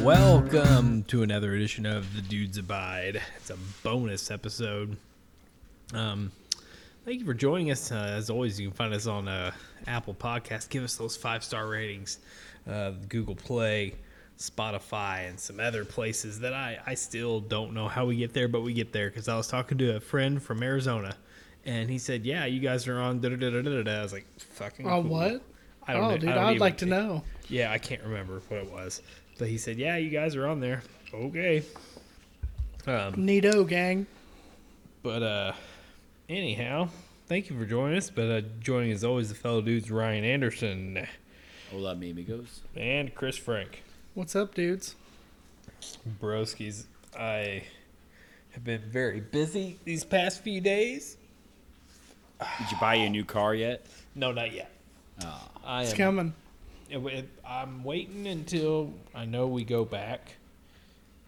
Welcome to another edition of The Dudes Abide. It's a bonus episode. Um, thank you for joining us. Uh, as always, you can find us on uh, Apple Podcasts. Give us those five star ratings, uh, Google Play, Spotify, and some other places that I, I still don't know how we get there, but we get there because I was talking to a friend from Arizona. And he said, "Yeah, you guys are on." Da da da da da. da." I was like, "Fucking Oh, cool." what? I don't oh, know. dude, I don't I'd even- like to know. yeah, I can't remember what it was, but he said, "Yeah, you guys are on there." Okay. Um, Neato, gang. but uh, anyhow, thank you for joining us. But uh, joining as always the fellow dudes Ryan Anderson Hola, mi amigos. and Chris Frank. What's up, dudes? Broskies, I have been very busy these past few days. Did you buy your new car yet? No, not yet. Ah. I It's am coming. It, it, I'm waiting until I know we go back.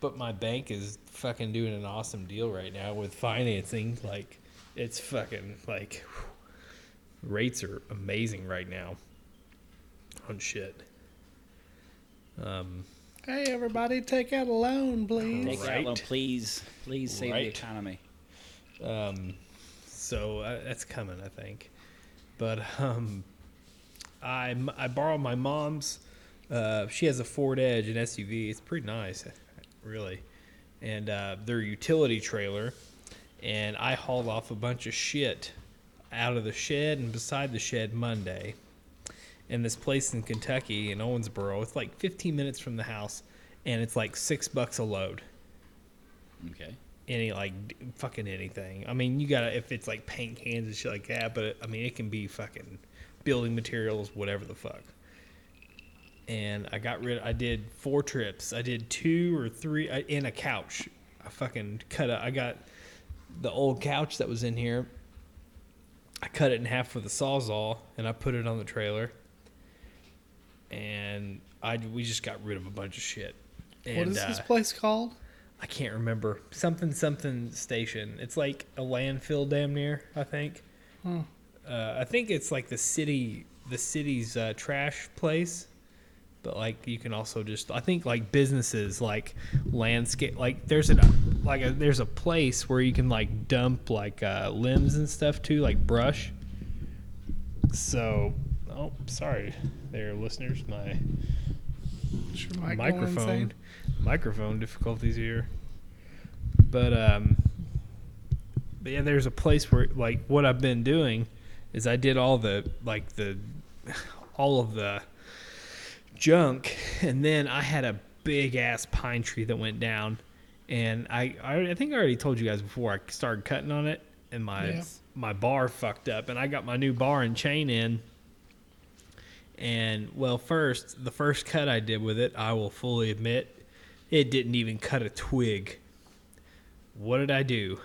But my bank is fucking doing an awesome deal right now with financing. Like, it's fucking like whew. rates are amazing right now on shit. Um, Hey, everybody, take out a loan, please. Take Right. that one, please. Please save Right. the economy. um, so uh, that's coming, I think. But um, I I borrowed my mom's. Uh, she has a Ford Edge, an SUV. It's pretty nice, really, and uh, their utility trailer. And I hauled off a bunch of shit out of the shed and beside the shed Monday. And this place in Kentucky in Owensboro, it's like 15 minutes from the house, and it's like six bucks a load Okay. any like d- fucking anything. I mean, you gotta if it's like paint cans and shit like that, but I mean, it can be fucking building materials, whatever the fuck. And I got rid. I did four trips. I did two or three I, in a couch. I fucking cut. A, I got the old couch that was in here. I cut it in half with a sawzall, and I put it on the trailer. And I we just got rid of a bunch of shit. And, what is this uh, place called? I can't remember something something station. It's like a landfill damn near. I think. Uh, I think it's like the city the city's uh, trash place, but like you can also just I think like businesses like landscape like there's a like a, there's a place where you can like dump like uh, limbs and stuff too like brush. So oh sorry there listeners my Is your mic going microphone insane? microphone difficulties here. But um but yeah, there's a place where like what I've been doing is I did all the like the all of the junk and then I had a big ass pine tree that went down and I I, I think I already told you guys before I started cutting on it and my Yeah. my bar fucked up and I got my new bar and chain in and well, first, the first cut I did with it, I will fully admit, it didn't even cut a twig. What did I do?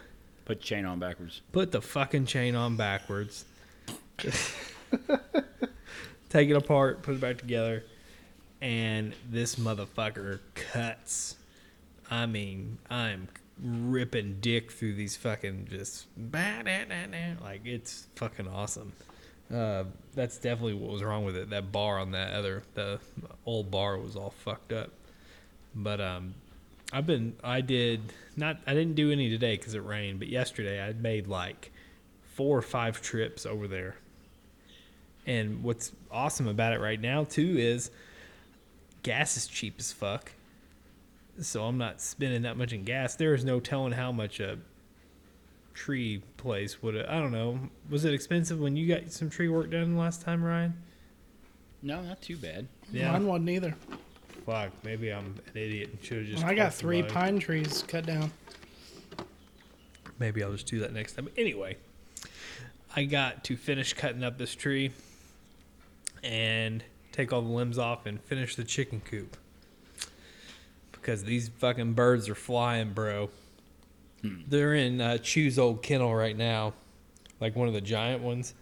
Put the chain on backwards. Put the fucking chain on backwards. Take it apart, put it back together, and this motherfucker cuts. I mean, I'm ripping dick through these fucking just like it's fucking awesome. Uh, that's definitely what was wrong with it. That bar on that other the old bar was all fucked up. But um, I've been I did not I didn't do any today because it rained, but yesterday I made like four or five trips over there. And what's awesome about it right now too is gas is cheap as fuck. So I'm not spending that much in gas. There is no telling how much a tree place would I don't know. Was it expensive when you got some tree work done last time, Ryan? No, not too bad. Mine wasn't either. Fuck, maybe I'm an idiot and should have just I got called three somebody. pine trees cut down. Maybe I'll just do that next time. Anyway, I got to finish cutting up this tree and take all the limbs off and finish the chicken coop. Because these fucking birds are flying, bro. They're in uh, Chew's old kennel right now, like one of the giant ones.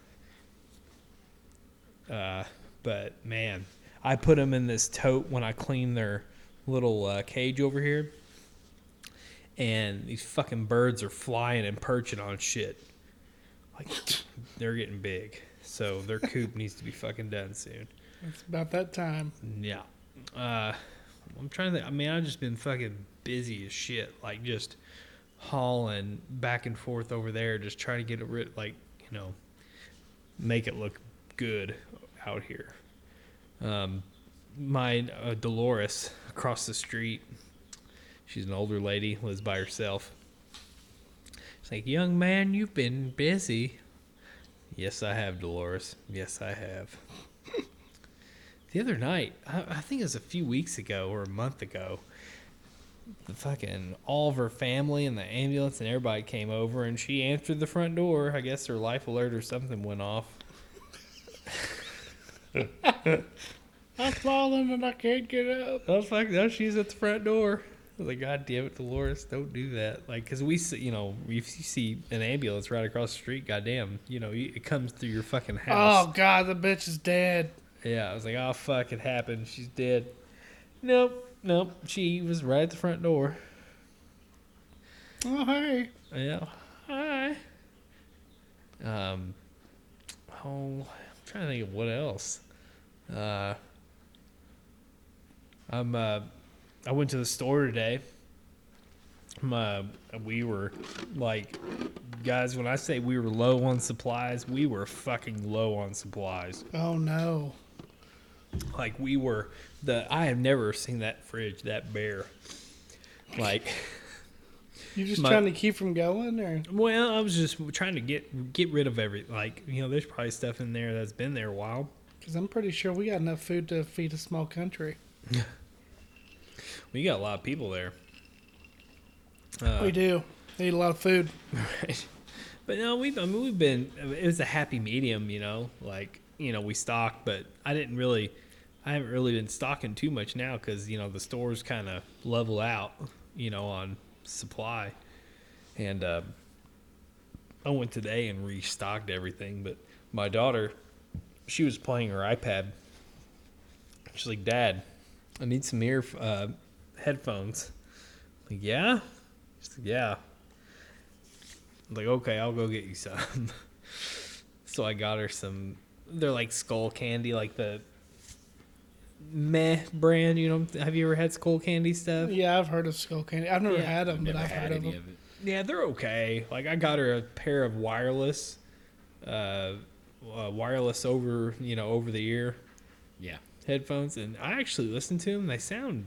Uh, but man, I put them in this tote when I clean their little uh, cage over here and these fucking birds are flying and perching on shit. Like they're getting big, so their coop needs to be fucking done soon. It's about that time. Yeah. Uh, I'm trying to. Think, I mean, I've just been fucking busy as shit, like just hauling back and forth over there, just trying to get it rid, like you know, make it look good out here. Um, my uh, Dolores across the street, she's an older lady, lives by herself. She's like, young man, you've been busy. Yes, I have, Dolores. Yes, I have. the other night, I, I think it was a few weeks ago or a month ago, the fucking all of her family and the ambulance and everybody came over and she answered the front door. I guess her life alert or something went off. I'm falling and I can't get up. Oh fuck! No, she's at the front door. I was like, God damn it, Dolores, don't do that. Like, cause we see, you know, if you see an ambulance right across the street, goddamn, you know, you- it comes through your fucking house. Oh God, the bitch is dead. Yeah, I was like, oh fuck, it happened. She's dead. Nope, nope. She was right at the front door. Oh hey, Yeah. Hi. Um. Oh, I'm trying to think of what else. Uh. I'm. Uh, I went to the store today. My, we were like, guys. When I say we were low on supplies, we were fucking low on supplies. oh no. like we were the i have never seen that fridge that bare like You just My- trying to keep from going, or well i was just trying to get get rid of every like you know there's probably stuff in there that's been there a while because I'm pretty sure we got enough food to feed a small country. we got a lot of people there uh, we do. They eat a lot of food. Right. But no, we've I mean we've been it was a happy medium, you know. Like you know we stocked, but I didn't really, I haven't really been stocking too much now because you know the stores kind of level out, you know, on supply. And uh, I went today and restocked everything, but my daughter, she was playing her iPad. She's like, "Dad, I need some ear uh, headphones." like, yeah, She's like, yeah. I'm like, okay, I'll go get you some. so I got her some. They're like skull candy, like the meh brand. You know, have you ever had skull candy stuff? Yeah, I've heard of skull candy. I've never Yeah. had them, but Never I've had heard of any them. of it. Yeah, they're okay. Like I got her a pair of wireless, uh, uh wireless over you know over the ear Yeah. headphones, and I actually listened to them. They sound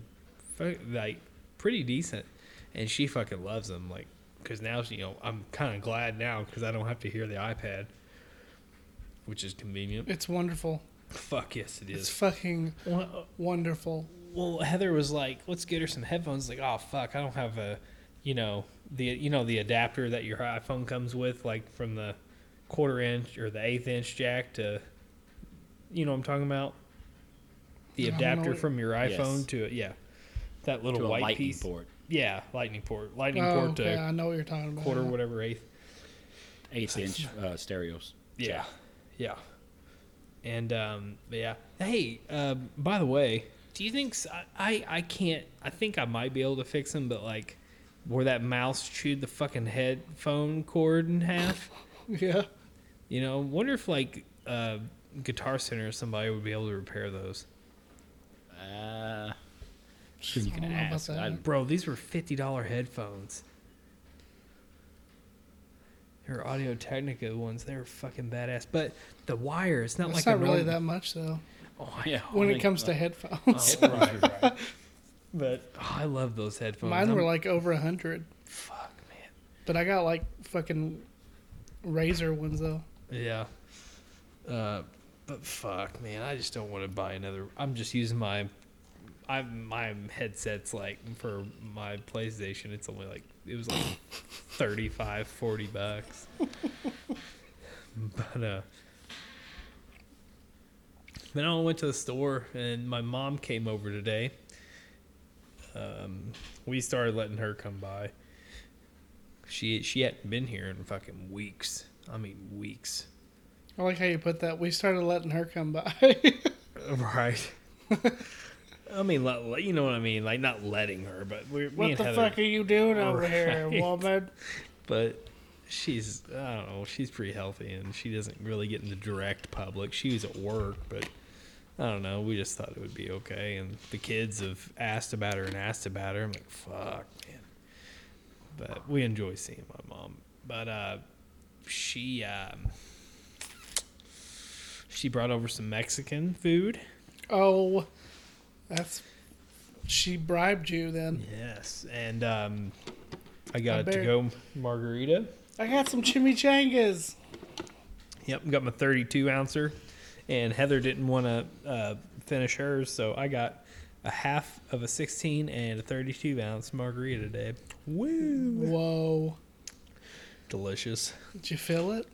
fu- like pretty decent, and she fucking loves them. Like, cause now she, you know, I'm kind of glad now because I don't have to hear the iPad, which is convenient. It's wonderful. Fuck yes, it It's is. fucking Well, wonderful. well, Heather was like, "Let's get her some headphones." Like, oh fuck, I don't have a, you know, the you know the adapter that your iPhone comes with, like from the quarter inch or the eighth inch jack to, you know, what I'm talking about the Yeah, I don't know adapter what- from your Yes. iPhone to it, yeah, that little To a white lightning piece, port. yeah, lightning port, lightning Oh, port to okay, I know what you're talking about. quarter now. whatever eighth, Eighth inch uh, stereos. yeah, yeah, and um, yeah. Hey, uh, by the way, do you think s- I, I I can't? I think I might be able to fix them, but like where that mouse chewed the fucking headphone cord in half. Yeah. You know, wonder if like uh, Guitar Center or somebody would be able to repair those. Uh, you can I don't know about ask. that. I, Bro, these were fifty dollar headphones. They were Audio Technica ones. They were fucking badass. But the wire, it's not It's like not a really normal- that much though. Oh, yeah, When I it think- comes to headphones, Oh, right, right. But oh, I love those headphones. mine were I'm- like over a hundred, fuck, man. but I got like fucking razor ones though. Yeah. Uh, but fuck, man, I just don't want to buy another. I'm just using my, I my headsets like for my PlayStation. It's only like it was like 35, 40 bucks. but uh. Then I went to the store, and my mom came over today. Um, we started letting her come by. She she hadn't been here in fucking weeks. I mean weeks. I like how you put that. We started letting her come by. Right. I mean, let, let- you know what I mean. Like not letting her, but we're me what and the Heather, Oh, fuck are you doing over here, Right. woman? But she's I don't know. She's pretty healthy, and she doesn't really get in the direct public. She was at work, but I don't know. We just thought it would be okay, and the kids have asked about her and asked about her. I'm like, fuck, man. But we enjoy seeing my mom. But uh, she um, she brought over some Mexican food. Oh, that's she bribed you then. Yes, and um, I got I a to go margarita. I got some chimichangas. Yep, got my 32 ouncer, and Heather didn't want to uh, finish hers, so I got a half of a 16 and a 32 ounce margarita today. Woo! Whoa. Delicious. Did you feel it?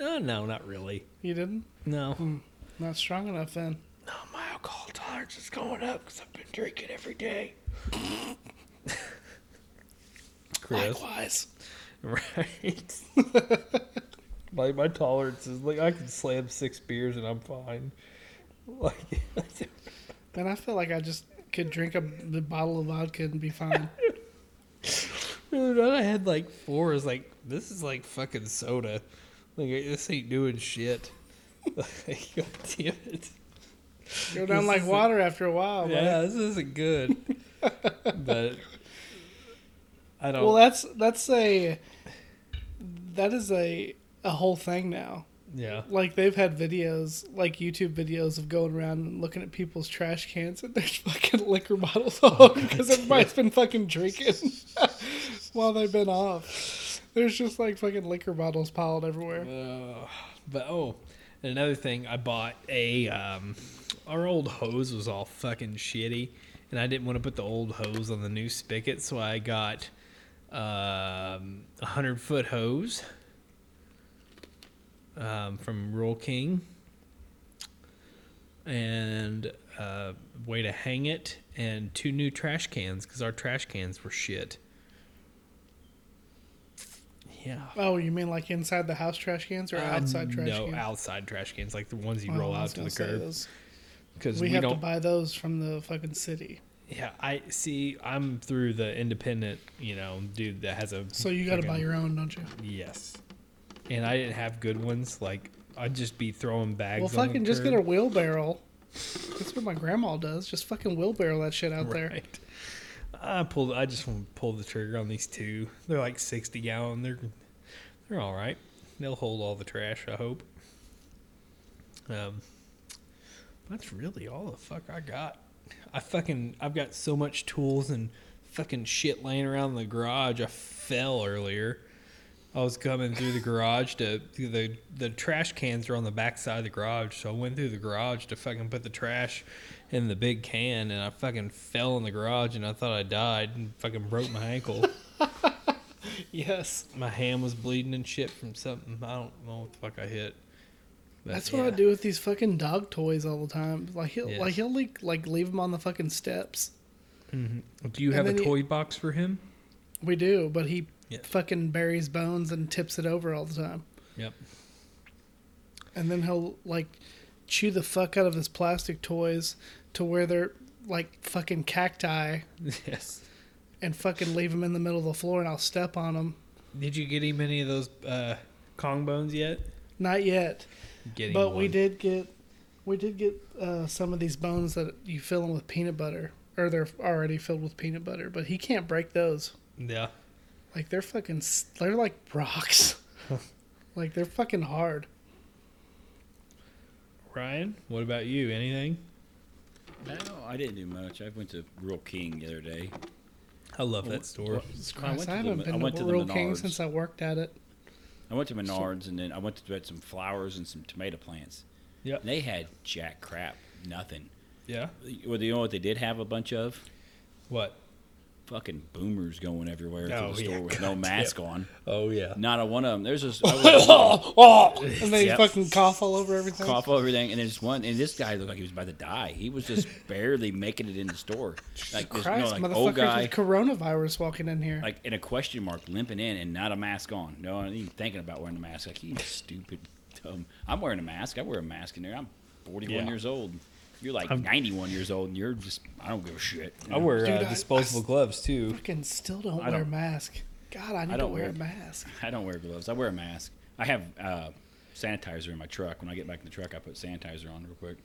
Oh, no, not really. You didn't? No. Not strong enough then. Mm, No, my alcohol tolerance is going up because I've been drinking every day. Chris, Likewise. right? like my tolerance is like I can slam six beers and I'm fine. Like Then I feel like I just could drink a b- bottle of vodka and be fine. Dude, I had like four. Is like this is like fucking soda. Like this ain't doing shit. Like, God damn it. Go down This like is a- water after a while. yeah, Yeah. this isn't good. but I don't. Well, that's that's a that is a a whole thing now. yeah, Like they've had videos, like YouTube videos of going around and looking at people's trash cans and there's fucking liquor bottles all over because everybody's been fucking drinking while they've been off. There's just like fucking liquor bottles piled everywhere. Uh, but oh, and another thing, I bought a. Um, our old hose was all fucking shitty, and I didn't want to put the old hose on the new spigot, so I got um, a hundred foot hose um, from Roll King, and uh, way to hang it, and two new trash cans because our trash cans were shit. Yeah. Oh, you mean like inside the house trash cans or Uh, outside trash no, cans? outside trash cans, like the ones you Oh, roll I out was to gonna the say curb. those. Because We, we, have to don't. buy those from the fucking city. yeah, I see. I'm through the independent, you know, dude that has a. So you got to buy fucking- your own, don't you? Yes. And I didn't have good ones. Like I'd just be throwing bags. Well, on fucking the just get a curb. wheelbarrow. That's what my grandma does. Just fucking wheelbarrow that shit out there. Right. I pulled. I just want to pull the trigger on these two. They're like sixty gallon. They're they're all right. They'll hold all the trash. I hope. Um, that's really all the fuck I got. I fucking I've got so much tools and fucking shit laying around in the garage. I fell earlier. I was coming through the garage to the the trash cans are on the back side of the garage, so I went through the garage to fucking put the trash in the big can, and I fucking fell in the garage, and I thought I died, and fucking broke my ankle. Yes, my hand was bleeding and shit from something. I don't know what the fuck I hit. But, that's what I yeah. do with these fucking dog toys all the time. Like he'll Yeah. like he'll like, like leave them on the fucking steps. Do you And have a then you- toy box for him? We do, but he Yeah. fucking buries bones and tips it over all the time. Yep. and then he'll like chew the fuck out of his plastic toys to where they're like fucking cacti yes. and fucking leave them in the middle of the floor and I'll step on them. Did you get him any of those uh, Kong bones yet? Not yet, Getting but we one. did get we did get uh, some of these bones that you fill them with peanut butter or they're already filled with peanut butter, but he can't break those. Yeah. Like they're fucking s- they're like rocks. like they're fucking hard. Ryan, what about you? Anything? No, I didn't do much. I went to Real King the other day. I love Well, that store. Jesus I went Christ, to I, the haven't Mi- I been went to to the Real King Menards. since I worked at it. I went to Menards and then I went to get some flowers and some tomato plants. Yeah. And they had jack crap, nothing. Yeah. Well, you know what they did have a bunch of? What? Fucking boomers going everywhere Oh, through the yeah, store with no goddamn. mask on. Oh yeah. Not a one of them. There's just I was- Oh, And they Yep. fucking cough all over everything. cough over everything, and there's one. And this guy looked like he was about to die. He was just barely making it in the store. Like this, you know, Christ, like old motherfuckers guy, with coronavirus walking in here. like in a question mark, limping in, and not a mask on. No, I ain't even thinking about wearing a mask. Like he's stupid, dumb. I'm wearing a mask. I wear a mask in there. I'm 41 Yeah. years old. You're like 91 years old, and you're just I don't give a shit. you I know? wear Dude, I- uh, disposable gloves too. fucking still don't I wear a don't- mask. God, I need to don't wear wear- a mask. I don't wear gloves. I wear a mask. I have uh, sanitizer in my truck. When I get back in the truck, I put sanitizer on real quick.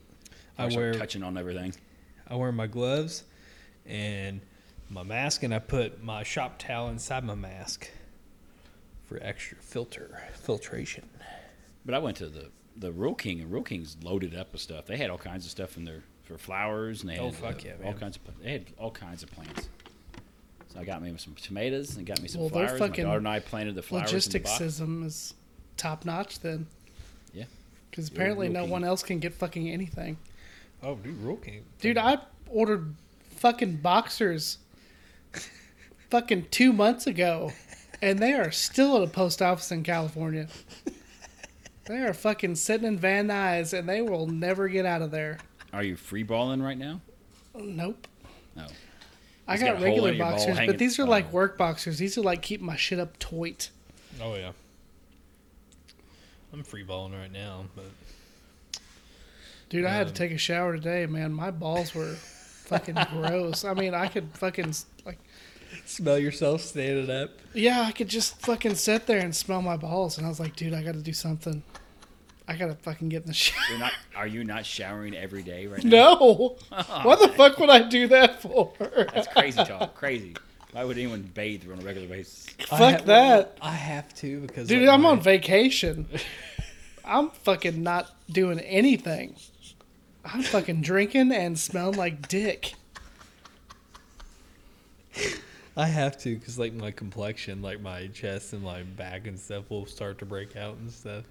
I start wear touching on everything. I wear my gloves and my mask, and I put my shop towel inside my mask for extra filter filtration. But I went to the the Roll King, and Roll King's loaded up with stuff. They had all kinds of stuff in there for flowers, and they had Oh, fuck uh, yeah, all man. kinds of pla- they had all kinds of plants. So I got me some tomatoes and got me some Well, they're flowers. My fucking daughter and I planted the flowers in the box. Logisticsism is top notch then. Yeah. Because You're apparently no looking- one else can get fucking anything. Oh, dude, rule king, Dude, I ordered fucking boxers fucking two months ago, and they are still at a post office in California. They are fucking sitting in Van Nuys, and they will never get out of there. Are you free balling right now? Nope. No. I He's got a got hole regular in your ball boxers, hanging- but these are oh. like work boxers. These are like keep my shit up tight. Oh yeah. I'm free balling right now, but Dude, I had to take a shower today, man. My balls were fucking gross. I mean, I could fucking like, smell yourself standing up. yeah, I could just fucking sit there and smell my balls, and I was like, dude, I got to do something. I gotta fucking get in the shower. You're not. Are you not showering every day right now? No, what the fuck would I do that for? That's crazy talk. Crazy. Why would anyone bathe on a regular basis? Fuck that, I have to because dude. like, I'm my- on vacation. I'm fucking not doing anything. I'm fucking drinking and smelling like dick. I have to because like my complexion, like my chest and my back and stuff will start to break out and stuff.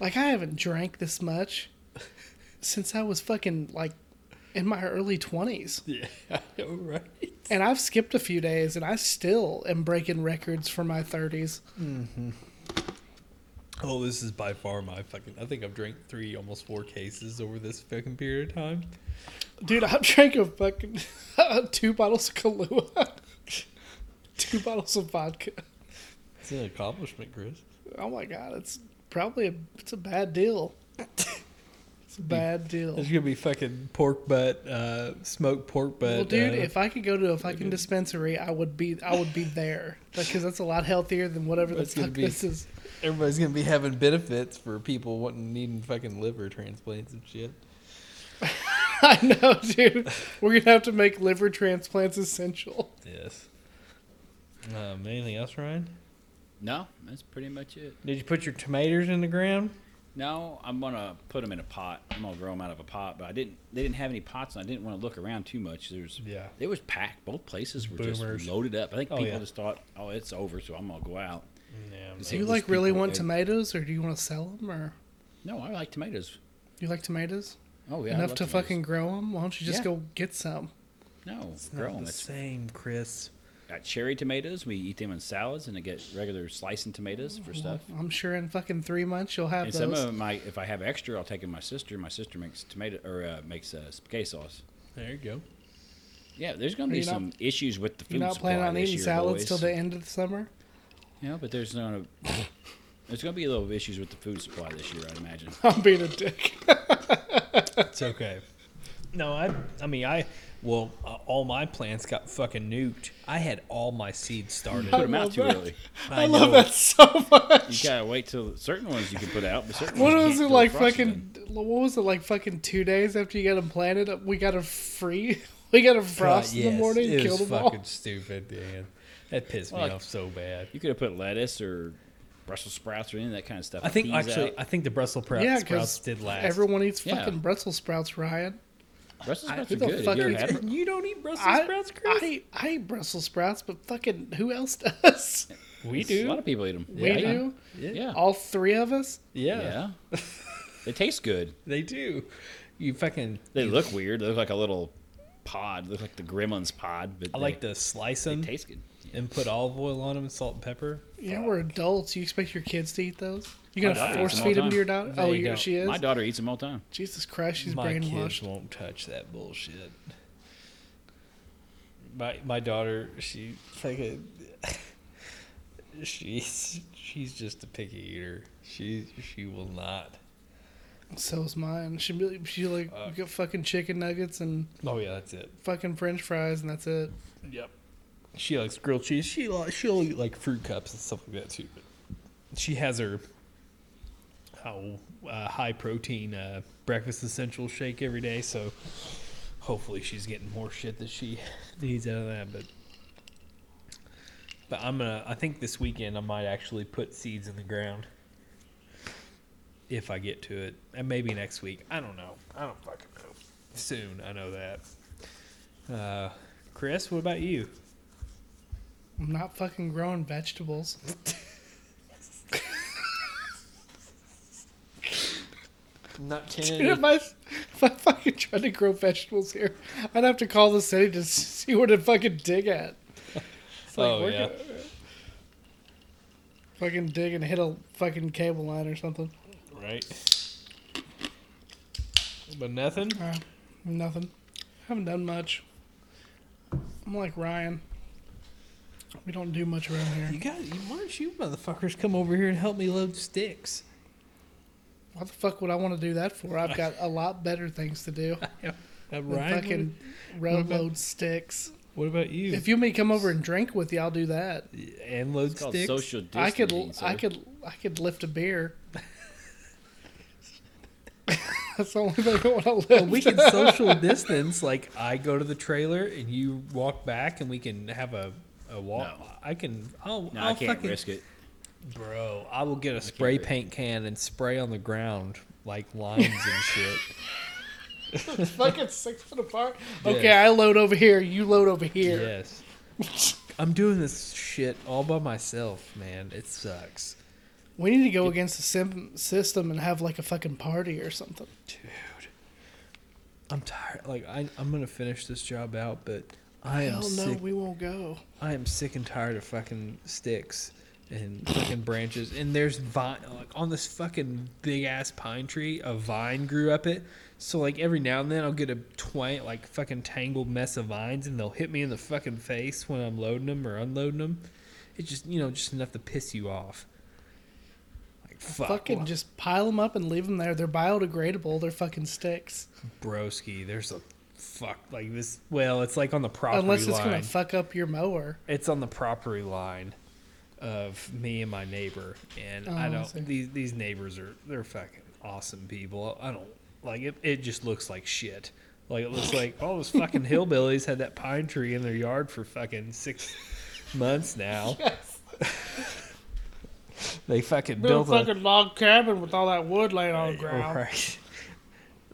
Like I haven't drank this much since I was fucking like in my early twenties, Yeah, right. and I've skipped a few days, and I still am breaking records for my thirties. Oh, this is by far my fucking. I think I've drank three, almost four cases over this fucking period of time. Dude, I drank a fucking two bottles of Kahlua, two bottles of vodka. It's an accomplishment, Chris. Oh my god, it's probably a, it's a bad deal. It's a bad deal. There's gonna be fucking pork butt, uh, smoked pork butt. Well, dude, uh, if I could go to a fucking dispensary, I would be I would be there because that's a lot healthier than whatever the That's gonna fuck be- this is. everybody's gonna be having benefits for people wanting needing fucking liver transplants and shit. I know, dude. We're gonna have to make liver transplants essential. Yes. Um, anything else, Ryan? No, that's pretty much it. Did you put your tomatoes in the ground? No, I'm gonna put them in a pot. I'm gonna grow them out of a pot, but I didn't. They didn't have any pots, and I didn't want to look around too much. There's, Yeah. it was packed. Both places were Boomers. just loaded up. I think Oh, people yeah. just thought, "Oh, it's over," so I'm gonna go out. Yeah. Is Do it- you these like really people, want they- tomatoes, or do you want to sell them, or No, I like tomatoes. you like tomatoes Oh yeah, I enough love to tomatoes. fucking grow them? Why don't you just Yeah. go get some? no grow them. It's same, Chris. got cherry tomatoes. We eat them in salads, and I get regular slicing tomatoes for stuff. I'm sure in fucking three months you'll have And some those. of my, if I have extra, I'll take them. to My sister, my sister makes tomato or uh, makes uh, spaghetti sauce. There you go. Yeah, there's gonna Are be you not- some issues with the food You're not supply planning on this eating year, salads boys. till the end of the summer. Yeah, but there's gonna there's gonna be a little issues with the food supply this year, I'd imagine. I'm being a dick. It's okay. No, I. I mean, I. Well, uh, all my plants got fucking nuked. I had all my seeds started. Put them out love too that. early. I, know. love that so much. You gotta wait till certain ones you can put out, but certain What ones you was can't it till like? frost is Fucking what was it like? Fucking two days after you got them planted, we got a free. We got a frost God, in the yes, morning, It and killed was them all. fucking stupid, Dan. That pissed me Well, like- off so bad. done. You could have put lettuce or Brussels sprouts or any of that kind of stuff. I think Peas actually, out. I think the Brussels sprouts, Yeah, 'cause sprouts did last. Everyone eats Yeah. fucking Brussels sprouts, Ryan. Brussels sprouts who are the good. Have fuck you ever eats had them? you don't eat Brussels I, sprouts, I, eat- I eat Brussels sprouts, but fucking who else does? we A lot do. of people eat them. We yeah. do. Yeah. Yeah. All three of us. Yeah, Yeah. they taste good. they do. You fucking. They look weird. They look like a little pod. They look like the Gremlins pod, but I they, like to slice they them taste good. and put olive oil on them and salt and pepper. Yeah, we're adults. You expect your kids to eat those? You gonna My daughter force eats them feed all them to the your daughter? They Oh, yeah, don't. she is. My daughter eats them all the time. Jesus Christ, she's my kids brainwashed. won't touch that bullshit. My my daughter, she fucking, she's she's just a picky eater. She she will not. So is mine. She really, she like Fuck. get fucking chicken nuggets and Oh yeah, that's it. fucking French fries, and that's it. Yep. She likes grilled cheese. She li- she'll eat like fruit cups and stuff like that too. But she has her oh, uh, high protein uh, breakfast essential shake every day. So hopefully she's getting more shit that she needs out of that. But but I'm gonna. I think this weekend I might actually put seeds in the ground if I get to it, and maybe next week. I don't know. I don't fucking know. Soon, I know that. Uh, Chris, what about you? I'm not fucking growing vegetables. Not Dude, if, I, if I fucking tried to grow vegetables here, I'd have to call the city to s- see where to fucking dig at. It's like, Oh, we're yeah. gonna- Fucking dig and hit a fucking cable line or something. Right. But nothing. Uh, nothing. Haven't done much. I'm like Ryan. We don't do much around You here. got. You, why don't you motherfuckers come over here and help me load sticks? Why the fuck would I want to do that for? I've got a lot better things to do Uh, than Ryan, fucking what about- railroad sticks. what about you? If you may come over and drink with you, I'll do that. and load It's called sticks. social distancing. I could, I sir. could, I could lift a beer. That's the only thing I want to lift. Well, we can social distance. Like I go to the trailer and you walk back, and we can have a, a walk. No. I can. I'll, No, I'll I can't fucking, risk it. Bro, I will get a spray risk it. paint can and spray on the ground like lines and shit. fucking six foot apart. Yeah. Okay, I load over here. You load over here. Yes. I'm doing this shit all by myself, man. It sucks. We need to go against the sim- system and have like a fucking party or something. Dude. I'm tired. Like I I'm going to finish this job out, but I am Hell no, sick we won't go. I am sick and tired of fucking sticks and fucking branches. And there's vine like on this fucking big ass pine tree, a vine grew up it. So like every now and then I'll get a twang like fucking tangled mess of vines, and they'll hit me in the fucking face when I'm loading them or unloading them. It's just you know just enough to piss you off. Like fuck, Fucking just pile them up and leave them there. They're biodegradable. They're fucking sticks. broski. There's a fuck like this. Well, it's like on the property Unless it's line. gonna fuck up your mower. it's on the property line of me and my neighbor and Oh, i I don't see. these these neighbors are they're fucking awesome people i don't like it it just looks like shit like it looks like all those fucking hillbillies had that pine tree in their yard for fucking six months now they fucking built a log cabin with all that wood laying on Right.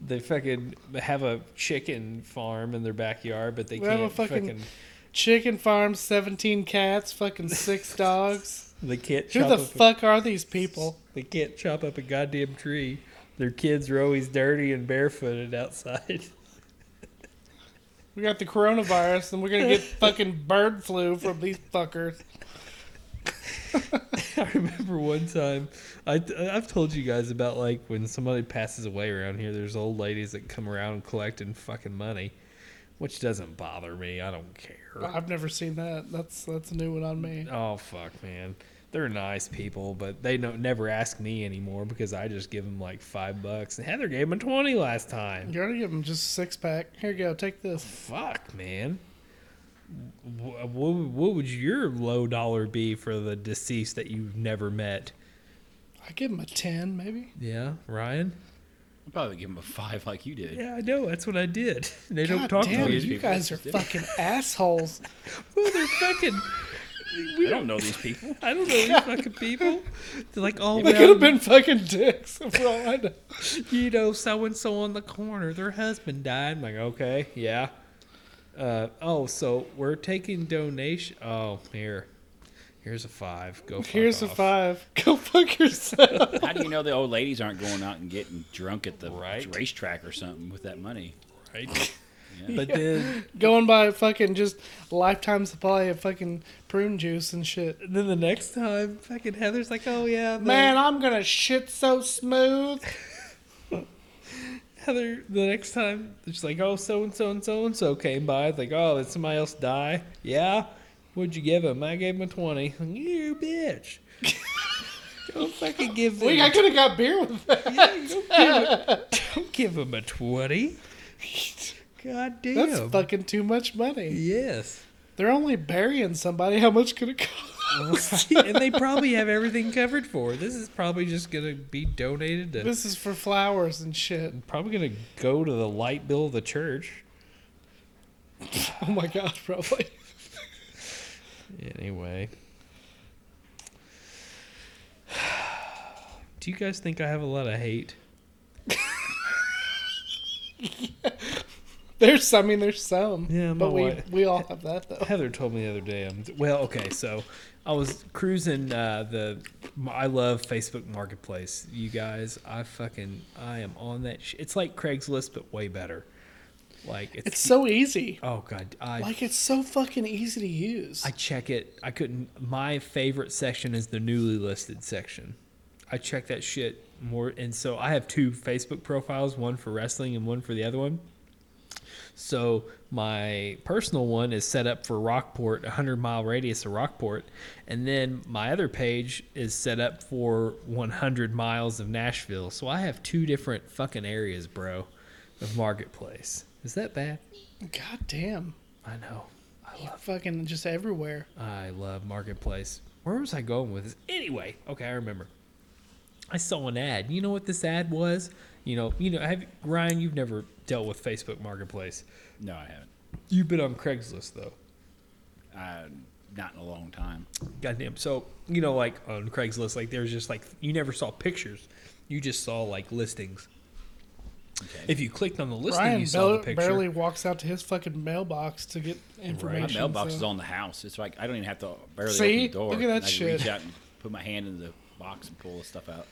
They fucking have a chicken farm in their backyard, but they We have can't a fucking, fucking- Chicken farm, seventeen cats, fucking six dogs. they can't Who chop the up a- fuck are these people? They can't chop up a goddamn tree. Their kids are always dirty and barefooted outside. We got the coronavirus, and we're gonna get fucking bird flu from these fuckers. I remember one time, I, I've told you guys about like when somebody passes away around here, there's old ladies that come around collecting fucking money, which doesn't bother me. I don't care. I've never seen that. That's that's a new one on me. Oh, fuck, man. They're nice people, but they don't never ask me anymore because I just give them like five bucks. And Heather gave them 20 last time. You already give them just a six pack. Here you go, take this. Fuck, man. What, what would your low dollar be for the deceased that you've never met? I give them a ten, maybe. Yeah, Ryan. I'd probably give him a five like you did. Yeah, I know. That's what I did. They don't God talk damn, to me. you these people. guys are fucking assholes. Well, they're fucking. I don't know these people. I don't know these fucking people. They're like, oh, They well, could have been fucking dicks. For all I know. you know, so and so on the corner, their husband died. I'm like, okay, yeah. Uh, oh, so we're taking donation. Oh, here, here's a five. Go. fuck Here's a off. five. Go fuck yourself. How do you know the old ladies aren't going out and getting drunk at the Right. racetrack or something with that money? Right? Yeah. But then Going by fucking just lifetime supply of fucking prune juice and shit. And then the next time, fucking Heather's like, "Oh yeah, the- Man, I'm gonna shit so smooth. Heather." The next time, it's like, "Oh, so and so and so and so came by." It's like, "Oh, did somebody else die?" Yeah. What'd you give him? I gave him a twenty. You bitch. Don't fucking give them. We, I could have got beer with that. Don't give him a twenty. God damn. That's fucking too much money. yes. They're only burying somebody. How much could it cost? and they probably have everything covered for. it. This is probably just gonna be donated to. This is for flowers and shit. probably gonna go to the light bill of the church. Oh my god, probably. Anyway. Do you guys think I have a lot of hate? There's some, I mean, there's some. Yeah, my but we, wife- we all have that though. Heather told me the other day. I'm well, okay. So I was cruising uh, the. my- I love Facebook Marketplace. You guys, I fucking I am on that. Sh- it's like Craigslist, but way better. Like it's, It's so easy. oh god, I Like it's so fucking easy to use. I check it. I couldn't. My favorite section is the newly listed section. I check that shit more, and so I have two Facebook profiles: one for wrestling and one for the other one. So my personal one is set up for Rockport, a hundred mile radius of Rockport, and then my other page is set up for 100 miles of Nashville. So I have two different fucking areas, bro, of marketplace. Is that bad? god damn. I know. I You're love. fucking just everywhere. I love Marketplace. Where was I going with this? Anyway, okay, I remember. I saw an ad. You know what this ad was? You know, you know, have Ryan, you've never dealt with Facebook Marketplace. No, I haven't. You've been on Craigslist though. Uh, not in a long time. Goddamn. So, you know, like on Craigslist, like there's just like you never saw pictures. You just saw like listings. Okay. If you clicked on the listing, Ryan you saw bar- the picture. barely walks out to his fucking mailbox to get information. My mailbox so- is on the house. It's like I don't even have to barely See? open the door. Look at that I can shit. Reach out and put my hand in the box and pull the stuff out.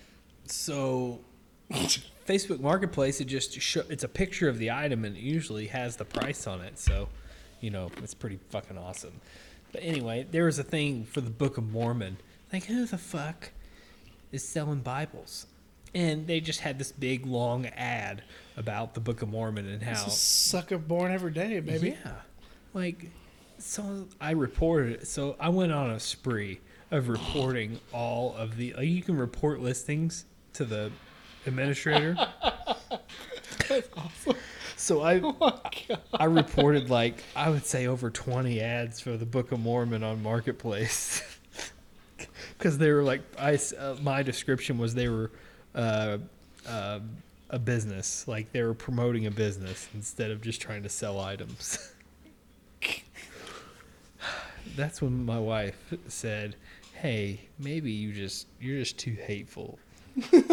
So, Facebook Marketplace, it just show, it's a picture of the item and it usually has the price on it. So, you know, it's pretty fucking awesome. But anyway, there was a thing for the Book of Mormon. Like, who the fuck is selling Bibles? And they just had this big long ad about the Book of Mormon and how This is sucker born every day, baby. yeah. Like, so I reported it. So I went on a spree of reporting all of the. Like you can report listings to the administrator. That's awesome. so I Oh my god. I reported like I would say over 20 ads for the Book of Mormon on Marketplace. Because they were like, I s- uh, my description was they were uh, uh, a business, like they were promoting a business instead of just trying to sell items. That's when my wife said, "Hey, maybe you just you're just too hateful." Do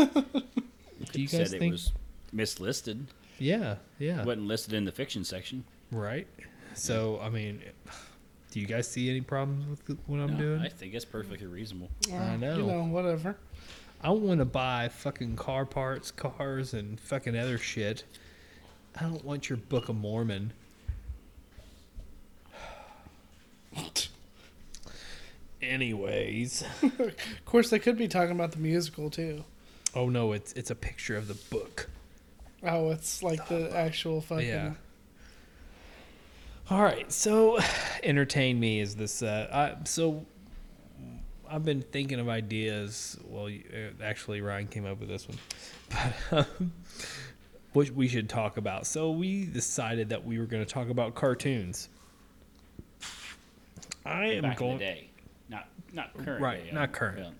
you said guys it think? was mislisted. yeah, yeah. It wasn't listed in the fiction section. Right. So I mean, do you guys see any problems with the- what I'm No, doing? I I, think it's perfectly reasonable. Well, know. You know, whatever. want to buy fucking car parts, cars, and fucking other shit. I don't want your Book of Mormon. Anyways, Of course, they could be talking about the musical too. oh no, it's it's a picture of the book. Oh, it's like the actual fucking. Yeah. All right, so entertain me is this. Uh, I, so I've been thinking of ideas. Well, you- uh, actually, Ryan came up with this one, but um, what we should talk about. So we decided that we were going to talk about cartoons. I am Back in going, the day, not not current. Right, day, not uh, current. yeah.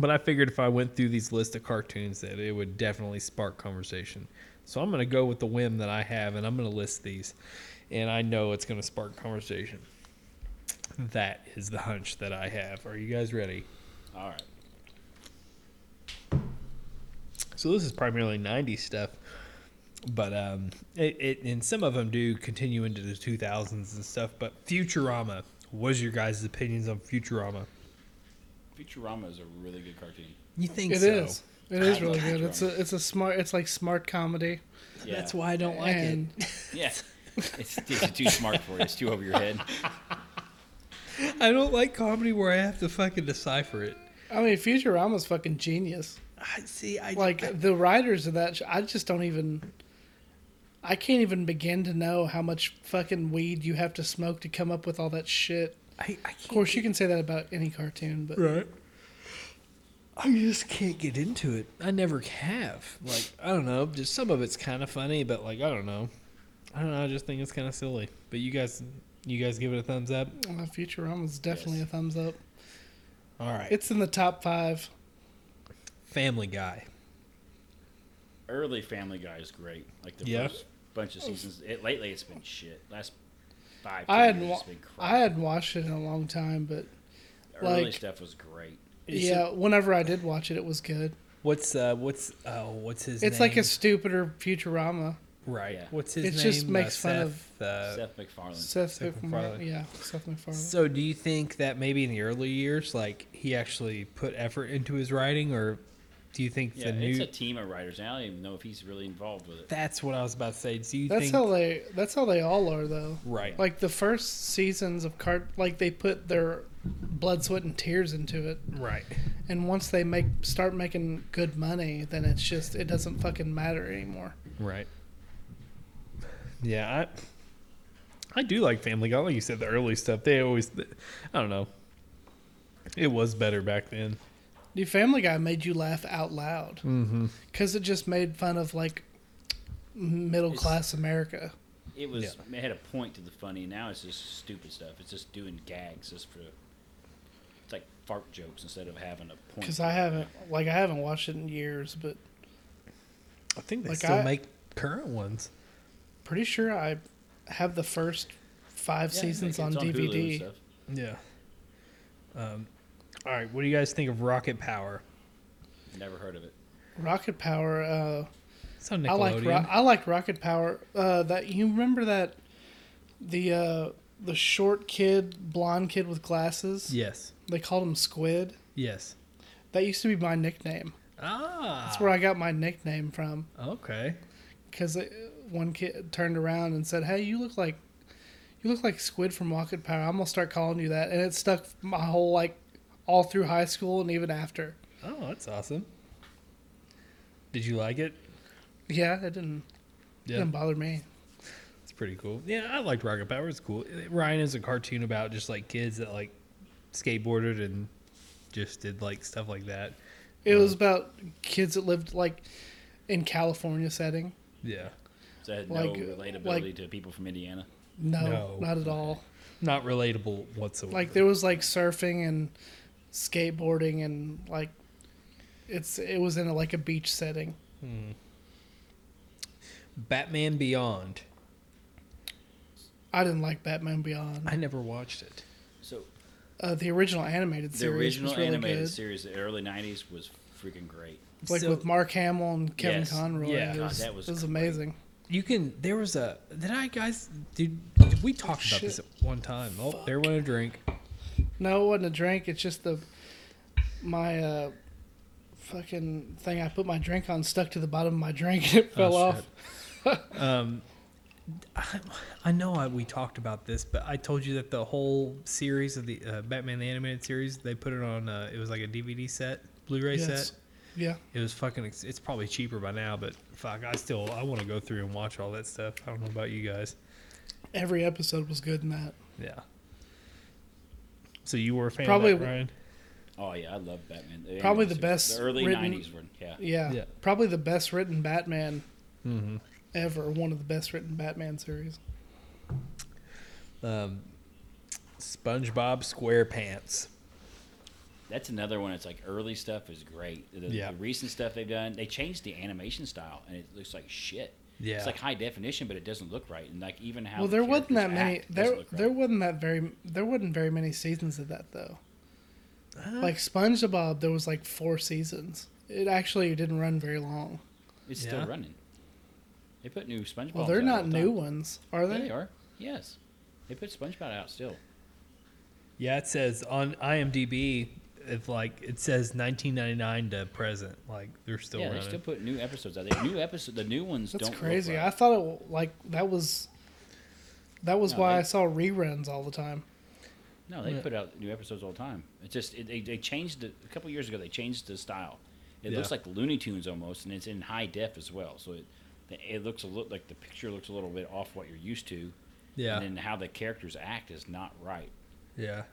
but I figured if I went through these list of cartoons, that it would definitely spark conversation. So I'm going to go with the whim that I have, and I'm going to list these, and I know it's going to spark conversation. That is the hunch that I have. Are you guys ready? All right. So this is primarily 90s stuff, but um, it, it and some of them do continue into the 2000s and stuff. But Futurama, what is your guys' opinions on Futurama? Futurama is a really good cartoon. You think It so? is. It is I really love good. It's a it's a smart. It's like smart comedy. Yeah. That's why I don't like and Yeah. It's, it's too smart for you. It's too over your head. it. I don't like comedy where I have to fucking decipher it. I mean, Futurama's fucking genius. I see. I Like the writers of that, sh- I just don't even. I can't even begin to know how much fucking weed you have to smoke to come up with all that shit. I, I Of course, you can say that about any cartoon, but right. I just can't get into it. I never have. Like I don't know. Just some of it's kind of funny, but like I don't know. I don't know. I just think it's kind of silly. But you guys, you guys give it a thumbs up. uh, Futurama's definitely Yes. a thumbs up. All right. It's in the top five. Family Guy. Early Family Guy is great. Like the Yeah. first bunch of seasons. It, lately, it's been shit. Last five. I 10 hadn't, years, wa- it's been crap. I hadn't watched it in a long time, but The early like- stuff was great. It's- yeah, whenever I did watch it, it was good. What's uh? What's oh? What's his? It's like name? a stupider Futurama. right. Yeah. What's his It name? just makes fun of. Uh, Seth MacFarlane. Seth Seth MacFarlane. MacFarlane. Yeah, Seth MacFarlane. So, do you think that maybe in the early years, like he actually put effort into his writing, or do you think yeah, the it's new? a team of writers. and I don't even know if he's really involved with it. that's what I was about to say. Do you that's think? how they. That's how they all are, though. right. Like the first seasons of Cart, like they put their blood, sweat, and tears into it. right. And once they make start making good money, then it's just it doesn't fucking matter anymore. Right. Yeah, I I do like Family Guy. Like you said, the early stuff. They always, I don't know. It was better back then. Dude, Family Guy made you laugh out loud Mm-hmm. because it just made fun of like middle class America. It was it had a point to the funny. Now it's just stupid stuff. It's just doing gags just for. It's like fart jokes instead of having a point. Because I haven't, like, I haven't watched it in years, but I think they Like, still I- make current ones. pretty sure I have the first five Yeah, seasons it's on, Hulu and DVD. stuff. Yeah. Um, all right. What do you guys think of Rocket Power? Never heard of it. Rocket Power. Uh, It's on Nickelodeon. I like Ro- I like Rocket Power. Uh, that you remember that the uh, the short kid, blonde kid with glasses. yes. They called him Squid. Yes. That used to be my nickname. Ah. That's where I got my nickname from. Okay. because one kid turned around and said, "Hey, you look like you look like Squid from Rocket Power. I'm gonna start calling you that." And it stuck my whole like all through high school and even after. Oh, that's awesome. Did you like it? Yeah, it didn't it didn't bother me. It's pretty cool. Yeah, I liked Rocket Power. It's cool. Ryan is a cartoon about just like kids that like skateboarded and just did like stuff like that. It was about kids that lived like in California setting. Yeah. So it had Like, no uh, relatability like- to people from Indiana. No, No. not at all. Not relatable whatsoever. Like there was like surfing and skateboarding and like it's it was in a, like a beach setting. Batman Beyond. I didn't like Batman Beyond. I never watched it. So Uh, the original animated the series original was really animated good. series, the early '90s, was freaking great. like So- with Mark Hamill and Kevin Yes. Conroy. Yeah. it God, was, that was it was great. amazing. You can. There was a. Did I guys? Did, did we talk about Shit. this at one time? Oh, there went a drink. No, it wasn't a drink. It's just the my uh, fucking thing I put my drink on stuck to the bottom of my drink and it fell Oh, off. shit. um, I, I know I, we talked about this, but I told you that the whole series of the uh, Batman the animated series they put it on. Uh, it was like a DVD set, Blu-ray Yes. set. Yeah, It was fucking. ex- It's probably cheaper by now, but fuck, I still I want to go through and watch all that stuff. I don't know about you guys. every episode was good in that. Yeah. So you were a fan Probably of that, Ryan? Oh yeah, I love Batman. The Probably animated the series. best The early written- '90s were. Yeah. Yeah, Yeah. probably the best written Batman Mm-hmm. ever. One of the best written Batman series. Um, SpongeBob SquarePants. That's another one. It's like early stuff is great. The, Yeah. the recent stuff they've done, they changed the animation style, and it looks like shit. Yeah. It's like high definition, but it doesn't look right. And like even how well, the there wasn't that characters many. act doesn't There, look there right. wasn't that very. There wasn't very many seasons of that though. Huh? Like SpongeBob, there was like four seasons. It actually didn't run very long. It's Yeah. still running. They put new SpongeBob. Well, they're out all not the new time. ones, are Yeah, they? They are. Yes, they put SpongeBob out still. Yeah, it says on IMDb, if like it says 1999 to present, like they're still yeah, running. they still put new episodes out. They new episode. The new ones That's don't. crazy. Look I right. thought it like that was that was No, why they- I saw reruns all the time. No, they Yeah. put out new episodes all the time. It's just it, they, they changed it a couple years ago. They changed the style. It Yeah. looks like Looney Tunes almost, and it's in high def as well. So it it looks a little like the picture looks a little bit off what you're used to. yeah, And then how the characters act is not right, yeah.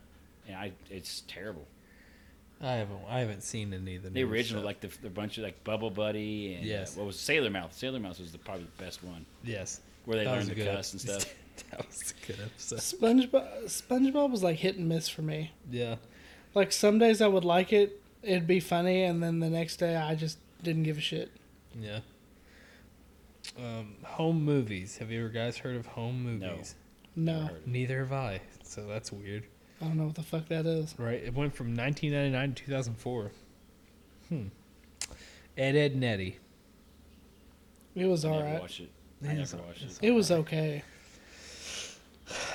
and I it's terrible. I haven't I haven't seen any of the The newer original, stuff. like the, the bunch of like Bubble Buddy and uh, Yes. what was Sailor Mouth. Sailor Mouth was the, probably the best one yes, where they That was a learned to good cuss and episode. stuff. that was a good episode. SpongeBob SpongeBob was like hit and miss for me. Yeah, Like some days I would like it, it'd be funny, and then the next day I just didn't give a shit. Yeah. Um, home movies. Have you ever guys heard of home No. movies? No, Neither have I. So that's weird. I don't know what the fuck that is. Right? It went from 1999 to 2004. Hmm. Ed, Ed, and Eddie. It was I never alright. watched it. Yeah, I it's never all- watched it's it. It was okay.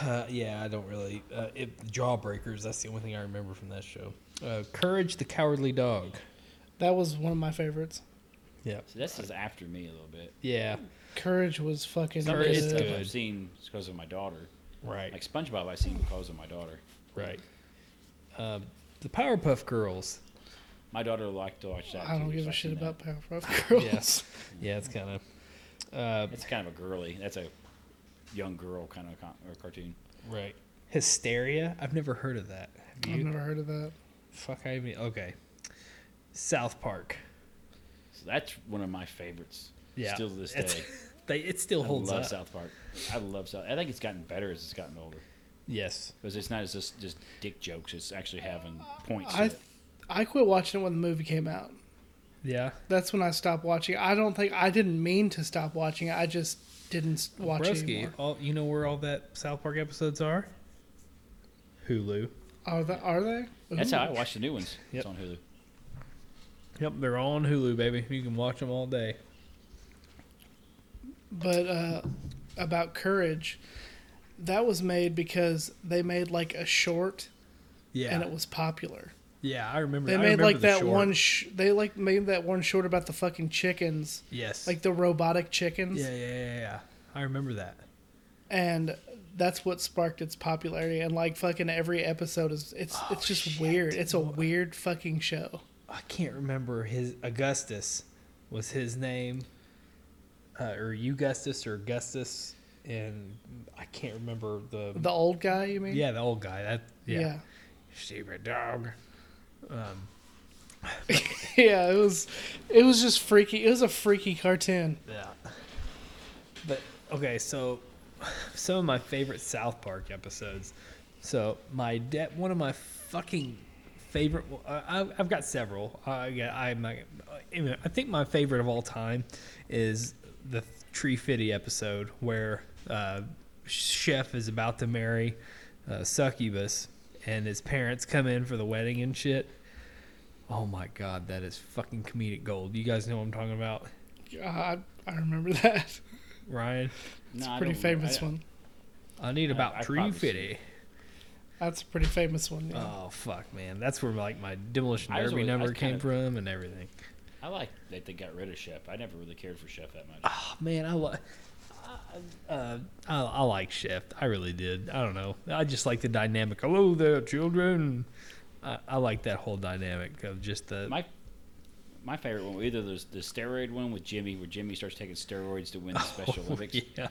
Uh, yeah, I don't really. Uh, it, Jawbreakers. That's the only thing I remember from that show. Uh, Courage the Cowardly Dog. That was one of my favorites. Yeah. So this is after me a little bit. Yeah. Courage was fucking Some of Courage this is good. stuff good. I've seen because of my daughter. Right. Like SpongeBob, I've seen because of my daughter. right. Um, the Powerpuff Girls. My daughter liked to watch that. I too, don't give so a I've shit seen about Powerpuff Girls. Yes. Yeah, it's kind of. Uh, that. It's kind of a girly. That's a young girl kind of con- or cartoon. right. Hysteria. I've never heard of that. Have you? I've never heard of that. Fuck, I even. Okay. South Park. So that's one of my favorites. Yeah. Still to this It's- day. They, it still I holds love up. South Park. I love South. I think it's gotten better as it's gotten older Yes. because it's not as just just dick jokes. It's actually having points. to I it. I quit watching it when the movie came out. Yeah. That's when I stopped watching. I don't think I didn't mean to stop watching it. I just didn't watch it Broski, anymore. all you know where all that South Park episodes are? Hulu. Are they? Are they? That's Ooh. how I watch the new ones. Yep. It's on Hulu. Yep, they're all on Hulu, baby. You can watch them all day. But uh, about courage, that was made because they made like a short Yeah. and it was popular. yeah, I remember. They I made remember like the that short. one. Sh- they like made that one short about the fucking chickens, Yes. like the robotic chickens, Yeah, yeah, yeah, yeah, yeah. I remember that. and that's what sparked its popularity. And like fucking every episode is it's Oh, it's just shit. weird. It's a weird fucking show. I can't remember his Augustus was his name, uh, or Augustus or Augustus, and I can't remember the. The old guy, you mean? yeah, the old guy. That yeah. yeah, Stupid dog. Um, Yeah, It was it was just freaky. It was a freaky cartoon. yeah. But okay, so some of my favorite South Park episodes. So my de- one of my fucking favorite. Uh, I, I've got several. I got I my, I think my favorite of all time is the Tree Fitty episode where uh, Chef is about to marry uh, Succubus, and his parents come in for the wedding and shit. Oh my god, that is fucking comedic gold. You guys know what I'm talking about, God, Uh, I remember that. Ryan? No, I Pretty don't remember. famous I- one. I need I- about I've Tree probably seen Fitty. That's a pretty famous one. Yeah. Oh fuck, man! That's where like my demolition I was derby always- I number was came kinda- from and everything. I like that they got rid of Chef. I never really cared for Chef that much. Oh man, I like. Uh, I, I like Chef. I really did. I don't know. I just like the dynamic. Hello there, children. I, I like that whole dynamic of just the. My my favorite one, either the, the steroid one with Jimmy, where Jimmy starts taking steroids to win the Special Olympics, Oh, yeah.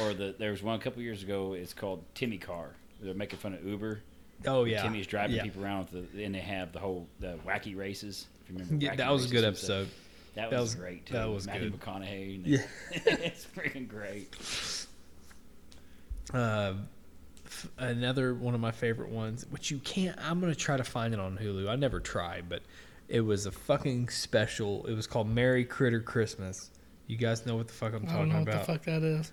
or the there was one a couple years ago. It's called Timmy Car. They're making fun of Uber. Oh yeah. Timmy's driving yeah. people around, with the, and they have the whole the wacky races. If you remember, Yeah, wacky that was a races good and stuff. episode. That, That was, was- great. Too. that was Matthew good. McConaughey. and Yeah. it's freaking great. Uh, f- another one of my favorite ones, which you can't. I'm gonna try to find it on Hulu. I never tried, but it was a fucking special. It was called "Merry Critter Christmas." You guys know what the fuck I'm I don't talking know what about. the fuck that is.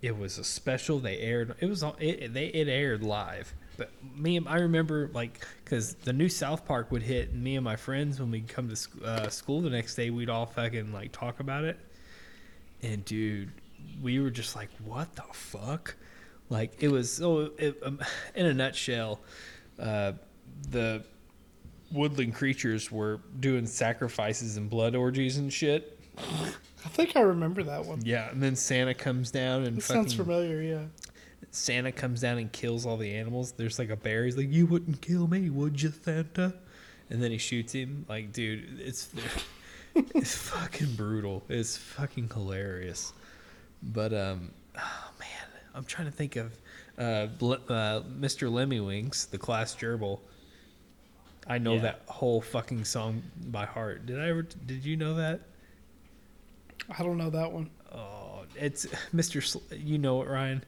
It was a special. They aired. It was on. It they it aired live. But me and I remember like because the new South Park would hit. And me and my friends when we would come to sc- uh, school the next day, we'd all fucking like talk about it. And dude, we were just like, "What the fuck?" Like it was. So it, um, in a nutshell, uh, the woodland creatures were doing sacrifices and blood orgies and shit. I think I remember that one. Yeah, and then Santa comes down and It sounds fucking- familiar. Yeah. Santa comes down and kills all the animals. There's like a bear. He's like, "You wouldn't kill me, would you, Santa?" And then he shoots him. Like, dude, it's it's fucking brutal. It's fucking hilarious. But um, oh man, I'm trying to think of uh, Le- uh Mr. Lemmywinks, the class gerbil. I know Yeah. that whole fucking song by heart. Did I ever? Did you know that? I don't know that one. Oh, it's Mr. Sl- you know it, Ryan.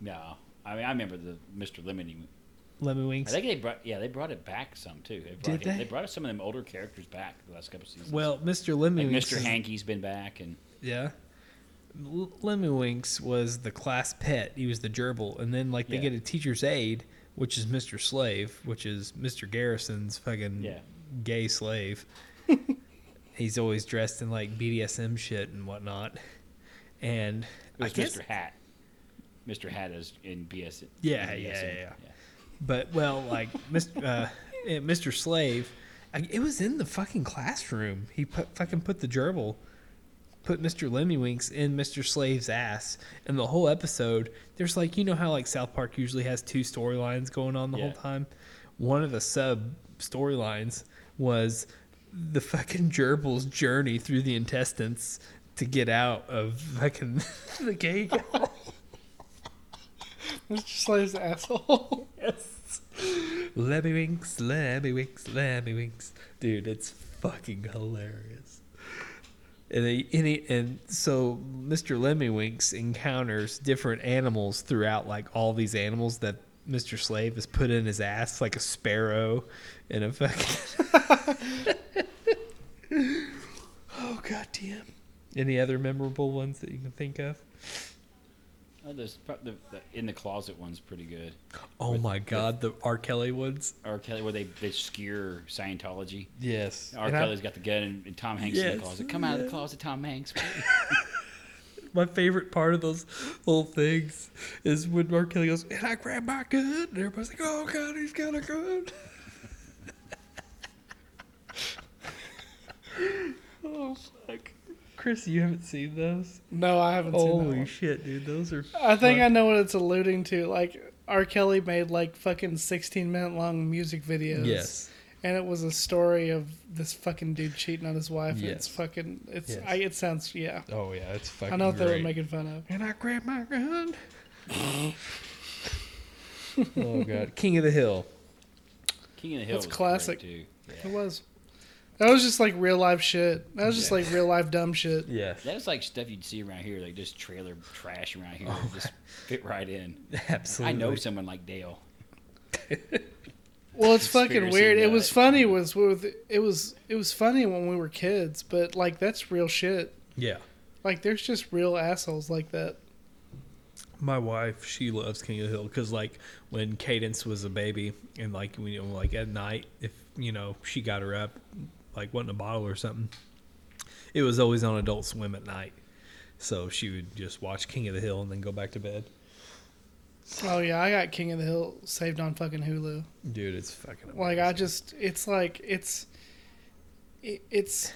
No, I mean I remember the Mr. Lemony Lemmy I Winks. think they brought yeah they brought it back some too. They brought Did it- they? brought some of them older characters back the last couple seasons. Well, Mr. Lemmy like Winks. Mr. is- Hanky's been back and Yeah. L- Lemmy Winks was the class pet. He was the gerbil. And then, like, they Yeah. get a teacher's aide, which is Mr. Slave, which is Mr. Garrison's fucking Yeah. gay slave. He's always dressed in, like, BDSM shit and whatnot. And it was I guess. Mr. Hat. Mr. Hat is in BS. Yeah, in yeah, BSN. yeah, yeah. But, well, like, Mr. Uh, eh, Mr. Slave, I, it was in the fucking classroom. He put, fucking put the gerbil. put Mr. Lemmywinks in Mr. Slave's ass, and the whole episode, there's like you know how like South Park usually has two storylines going on the whole Yeah. time. One of the sub storylines was the fucking gerbil's journey through the intestines to get out of fucking the gay guy. Mr. Slave's an asshole. yes. Lemmywinks, Lemmywinks, Lemmywinks, dude, it's fucking hilarious. And, they, and, he, and so Mr. Lemmywinks encounters different animals throughout, like all these animals that Mr. Slave has put in his ass, like a sparrow and a fucking. oh, goddamn. Any other memorable ones that you can think of? Oh, there's pro- the, the in the closet one's pretty good. Oh my god, the R. Kelly ones? R. Kelly, where they, they skewer Scientology. Yes. R. And I- Kelly's got the gun and, and Tom Hanks in Yes, the closet. Come out of the yeah. closet, Tom Hanks. My favorite part of those little things is when Mark Kelly goes, and I grabbed my gun, and everybody's like, oh god, he's got a gun. oh fuck. Chris, you haven't seen those? No, I haven't seen that Holy one. shit, dude, those are. I think I fuck- know what it's alluding to. Like R. Kelly made like fucking sixteen minute long music videos. Yes. And it was a story of this fucking dude cheating on his wife. And Yes. it's fucking it's Yes. I, it sounds yeah. Oh yeah, it's fucking. I know what they were great. making fun of. And I grabbed my gun. oh god, King of the Hill. King of the Hill. That's was great, classic. too. It Yeah. was. That was just like real life shit. That was just Yeah. like real life dumb shit. Yes. That was like stuff you'd see around here, like just trailer trash around here, that just fit right in. Oh. Absolutely. I know someone like Dale. Well, it's fucking Conspiracy weird. It nut. was funny was with it was it was funny when we were kids, but like that's real shit. Yeah. Like there's just real assholes like that. my wife she loves king of the hill because like when cadence was a baby and like we you know like at night if you know she got her up like wasn't a bottle or something it was always on adult swim at night so she would just watch king of the hill and then go back to bed Oh yeah, I got King of the Hill saved on fucking Hulu. dude it's fucking Like I just, it's like it's, it, it's,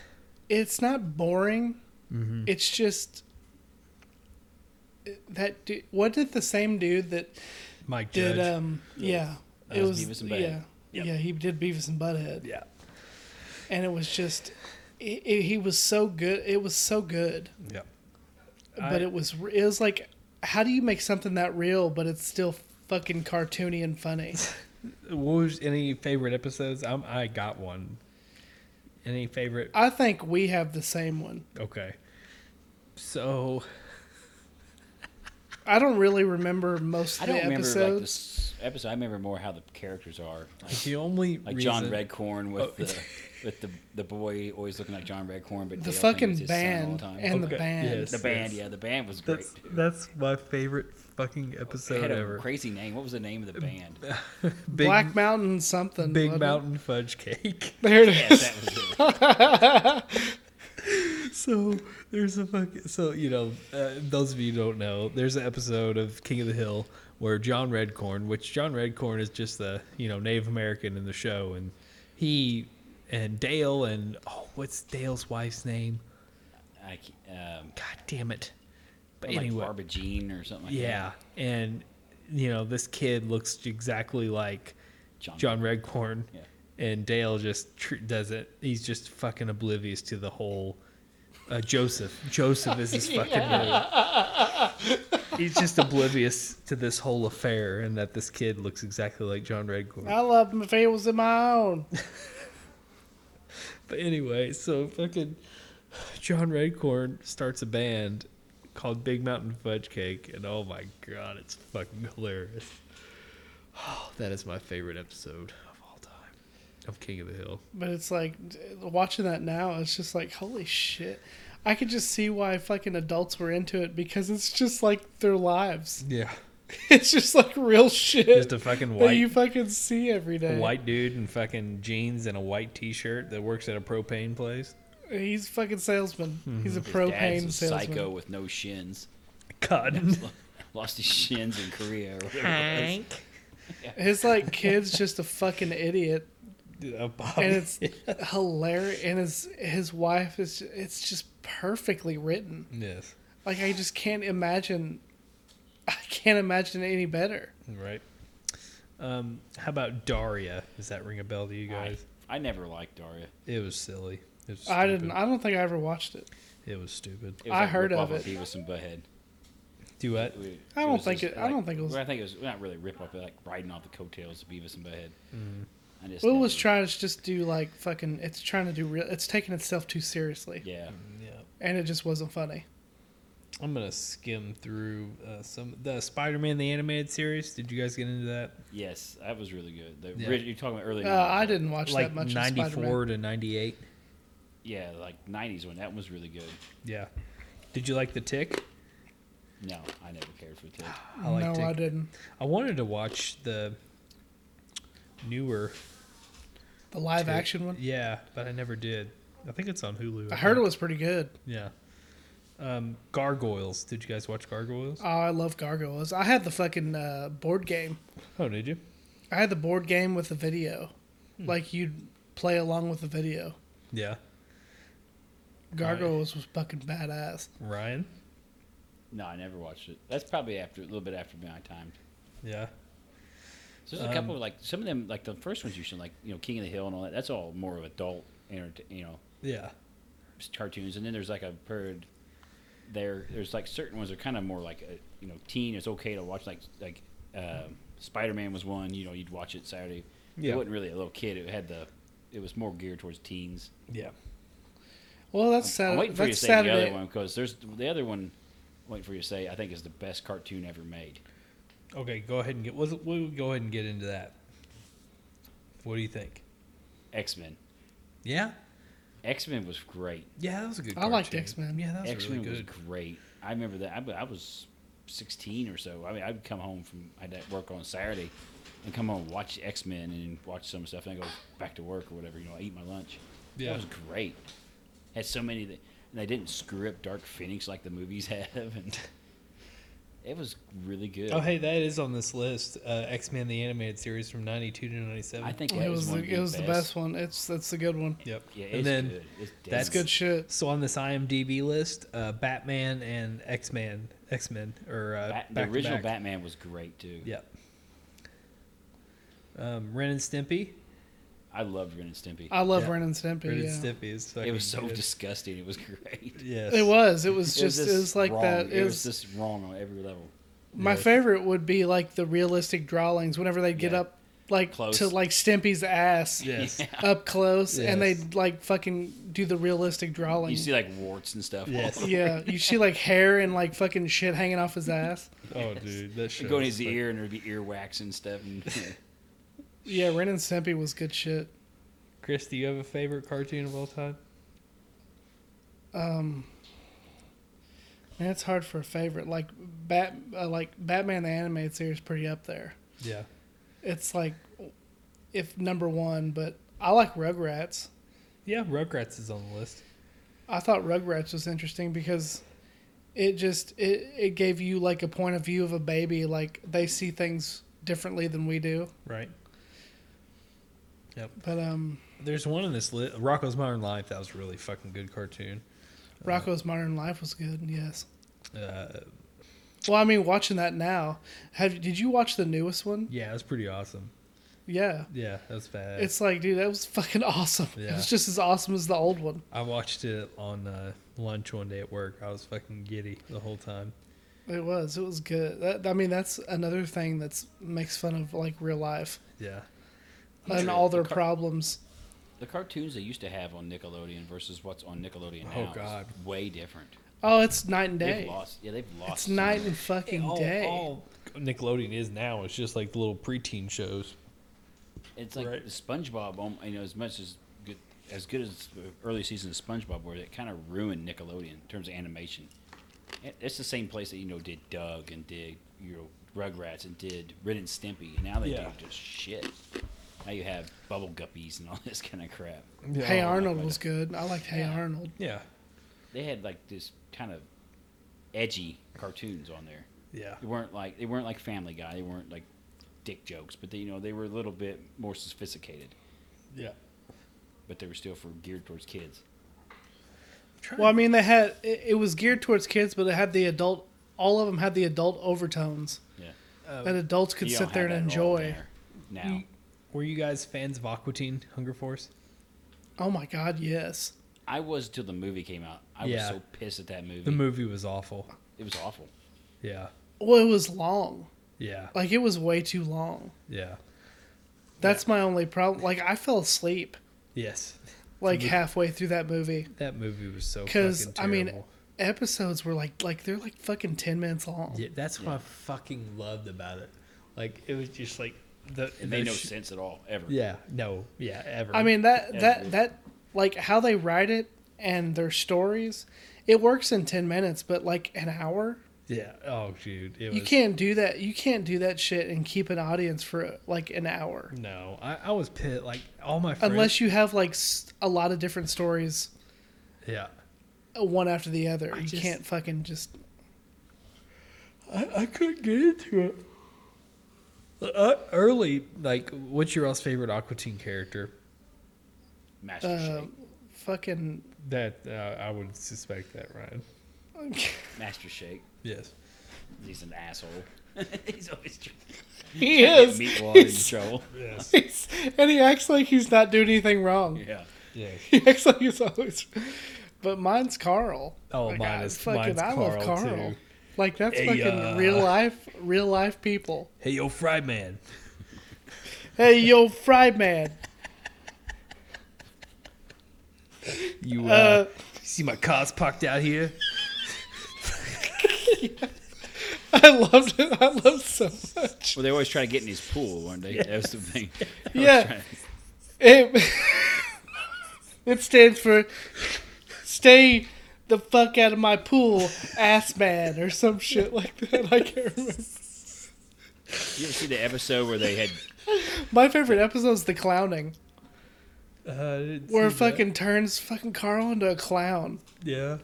it's not boring. mm-hmm. It's just that. Du- wasn't it the same dude that mike did? Judge. Um, yeah, Yeah. That it was was. Beavis and Butthead. yeah, Yep. yeah, he did Beavis and Butthead, yeah and it was just, it, it, he was so good. It was so good, yeah but it was. re- It was like, how do you make something that real, but it's still fucking cartoony and funny? what was any favorite episodes i i got one any favorite I think we have the same one. okay so I don't really remember most I of don't the remember like episodes. this episode. I remember more how the characters are, like, the only like reason, Oh. John Redcorn with the with the the boy always looking like John Redcorn, but the Dale thing was fucking his son all band the time. and Okay, the band. yes. the band, yes. yeah, the band was great. That's that's my favorite fucking It episode had a ever. crazy name. What was the name of the band? Big Black Mountain something. Big wasn't it? Mountain Fudge Cake. There it is. yes, that was it. so there's a fucking so you know uh, those of you who don't know there's an episode of King of the Hill where John Redcorn, which John Redcorn is just the you know Native American in the show, and he and Dale and oh what's Dale's wife's name? I, ca- um, God damn it! But like anyway, Barbara Jean or something. Like yeah, and you know this kid looks exactly like that. John. John Redcorn. Yeah. and Dale just tr- does it. He's just fucking oblivious to the whole. Uh, Joseph. Joseph is his fucking name. He's just oblivious to this whole affair and that this kid looks exactly like John Redcorn. I loved him if he was in my own. But anyway, so fucking John Redcorn starts a band called Big Mountain Fudge Cake, and oh my god, it's fucking hilarious. Oh, That is my favorite episode of all time of King of the Hill. But it's like d- watching that now. It's just like holy shit. I could just see why fucking adults were into it because it's just like their lives. Yeah. It's just like real shit Just a fucking that white you fucking see every a day. white dude in fucking jeans and a white t-shirt that works at a propane place. He's a fucking salesman. He's a His propane dad's a salesman. psycho with no shins. God. Lost his shins in Korea. Or whatever it was. Hank. His like kid's just a fucking idiot, and it's hilarious. And his his wife is it's just perfectly written. yes. Like I just can't imagine. I can't imagine any better. Right. Um, how about Daria? Does that ring a bell to you I, guys? I never liked Daria. It was silly. It was I stupid. didn't. I don't think I ever watched it. It was stupid. It was I heard rip-off of it. Beavis and Butthead. Duet. We- I don't was think just it- I don't think it was- I think it was not really rip off. Like riding off the coattails of Beavis and Butthead. Mm, I just Will was never- trying to just do like fucking. It's trying to do real. It's taking itself too seriously, Yeah, Yeah. and it just wasn't funny. I'm gonna skim through uh, some the Spider-Man the animated series. Did you guys get into that? yes, that was really good. The, Yeah. ori- You're talking about early. Uh, 90s, I right? didn't watch like that much. of Spider-Man. 94 to 98. Yeah, like '90s one. That one was really good. Yeah. Did you like the Tick? No, I never cared for Ted. I like no, Tick. I didn't. I wanted to watch the newer The live Tick. action one. Yeah, but I never did. I think it's on Hulu. I heard it think. was pretty good. Yeah. Um, Gargoyles. Did you guys watch Gargoyles? Oh, I love gargoyles. I had the fucking uh, board game. Oh, did you? I had the board game with the video. Hmm. Like you'd play along with the video. Yeah. Gargoyles was fucking badass. Ryan. No, I never watched it. That's probably after a little bit after my time. Yeah. So there's a Um, couple of like some of them like the first ones you should like you know King of the Hill and all that. That's all more of adult enter- you know Yeah. s- cartoons. And then there's like a period there. There's like certain ones that are kind of more like uh you know teen. It's okay to watch like like uh, Spider Man was one. You know you'd watch it Saturday. Yeah. It wasn't really a little kid. It had the it was more geared towards teens. Yeah. Well, that's I'm Saturday. waiting for you to That's say the Saturday. other one because there's the other one. I'm waiting for you to say I think is the best cartoon ever made. Okay, go ahead and get. We'll, we'll go ahead and get into that. What do you think? X Men. Yeah. X Men was great. Yeah, that was a good. I liked cartoon. X-Men. Yeah, that was X Men really was good. great. I remember that. I, I was 16 or so. I mean, I'd come home from I'd at work on Saturday, and come home watch X Men and watch some stuff, and I go back to work or whatever. You know, I eat my lunch. Yeah. that was great. Had so many that, and they didn't screw up Dark Phoenix like the movies have, and it was really good. Oh, hey, that is on this list. Uh, X Men the animated series from '92 to '97. I think that It was, was one the, of the it was best. the best one. It's that's the good one. Yep. Yeah, it's and then good. It's that's That's dead good shit. so on this IMDb list, uh, Batman and X Men, X Men or uh, Bat- the back to original back. Batman was great too. Yep. Um, Ren and Stimpy. I loved Ren and Stimpy. I love Yeah. Ren and Stimpy. Ren yeah. and Stimpy is it was so fucking good. disgusting. It was great. Yes. It was. It was It was just. It was, just like wrong. that. It was was just wrong on every level. My Yes. favorite would be like the realistic drawings whenever they get Yeah. up like Close. to like Stimpy's ass Yes. up close and Yes. they'd like fucking do the realistic You drawings. see like warts and stuff. Yes. all over. yeah, you see like hair and like fucking shit hanging off his ass. Oh, dude, that shit. It'd go in was his fucking- ear and there'd be earwax and stuff. And Yeah, Ren and Stimpy was good shit. Chris, do you have a favorite cartoon of all time? Um Man, it's hard for a favorite. Like Bat uh, like Batman the animated series is pretty up there. Yeah. It's like if number 1, but I like Rugrats. Yeah, Rugrats is on the list. I thought Rugrats was interesting because it just it, it gave you like a point of view of a baby like they see things differently than we do. Right. But um There's one on this list. Rocco's Modern Life. That was a really fucking good cartoon. Rocco's Modern Life was good, yes. Uh, Well, I mean watching that now, have did you watch the newest one? yeah, it was pretty awesome. Yeah. Yeah, that was bad. It's like, dude, that was fucking awesome. It Yeah. was just as awesome as the old one. I watched it on uh, lunch one day at work. I was fucking giddy the whole time. It was. It was good. That, I mean, that's another thing that's makes fun of like real life Yeah. and True. all their The car- problems. the cartoons they used to have on Nickelodeon versus what's on Nickelodeon Oh, now. is God. way different. Oh, it's night and They've day. lost. Oh, Yeah, they've lost. It's so night much. and fucking all, day. all Nickelodeon is now. It's just like the little preteen shows. It's like Right. SpongeBob. um, You know, as much as good as good as the early seasons of SpongeBob were, it kind of ruined Nickelodeon in terms of animation. It- It's the same place that you know did Doug and did you know Rugrats and did Ren and Stimpy. Now they Yeah. do just shit. Now you have Bubble Guppies and all this kind of crap. Hey Oh, Arnold my was good. I liked Hey Yeah. Arnold. Yeah. They had like this kind of edgy cartoons on there. Yeah. They weren't like they weren't like Family Guy. They weren't like dick jokes, but they, you know they were a little bit more sophisticated. Yeah. But they were still for geared towards kids. Well, I mean, they had it, it was geared towards kids, but it had the adult. All of them had the adult overtones Yeah. that adults could You sit don't there and have that at all enjoy. there Now, Were you guys fans of Aquatine Hunger Force? Oh my God, yes. I was till the movie came out. I Yeah. was so pissed at that movie. The movie was awful. It was awful. Yeah. Well, it was long. Yeah. Like it was way too long. Yeah. That's my only problem. Like I fell asleep Yes. like Mhm. halfway through that movie That movie was so because fucking I terrible. mean, episodes were like like they're like fucking ten minutes long. yeah, that's what I fucking loved about it. Like it was just like the It the made no sh- sense at all ever. Yeah. No. Yeah. Ever. I mean that Yeah, that it- that like how they write it and their stories, it works in ten minutes, but like an hour, Yeah. Oh, dude. It you was, can't do that. You can't do that shit and keep an audience for like an hour No. I, I was pissed. Like all my friends. unless you have like s- a lot of different stories, Yeah. uh, one after the other. I you just- can't fucking just I, I couldn't get into it. Uh, early, like, what's your all's favorite Aquatine character? Master uh, Shake. fucking. That uh, I would suspect that, Ryan. Uh, Master Shake. Yes. He's an asshole. he's always trying He to get is. meatball in He's- trouble. Yes. he's- and he acts like he's not doing anything wrong. Yeah. yes. He acts like he's always. But mine's Carl. Oh, Like, mine I is- fucking. mine's I love Carl, Carl. too. Like that's Hey, fucking uh, real life, real life people. Hey, yo, Fry Man. Hey, yo, fried man. You uh, Uh, see my cars parked out here? Uh, I loved it. I loved it so much. Well, they always try to get in his pool, weren't they? That was the thing. Oh, Yeah. It, it stands for stay the fuck out of my pool, ass man, or some shit like that. I can't remember. You ever see the episode where they had My favorite episode is the clowning, Uh, I didn't where see fucking turns fucking Carl into a clown. that. Yeah.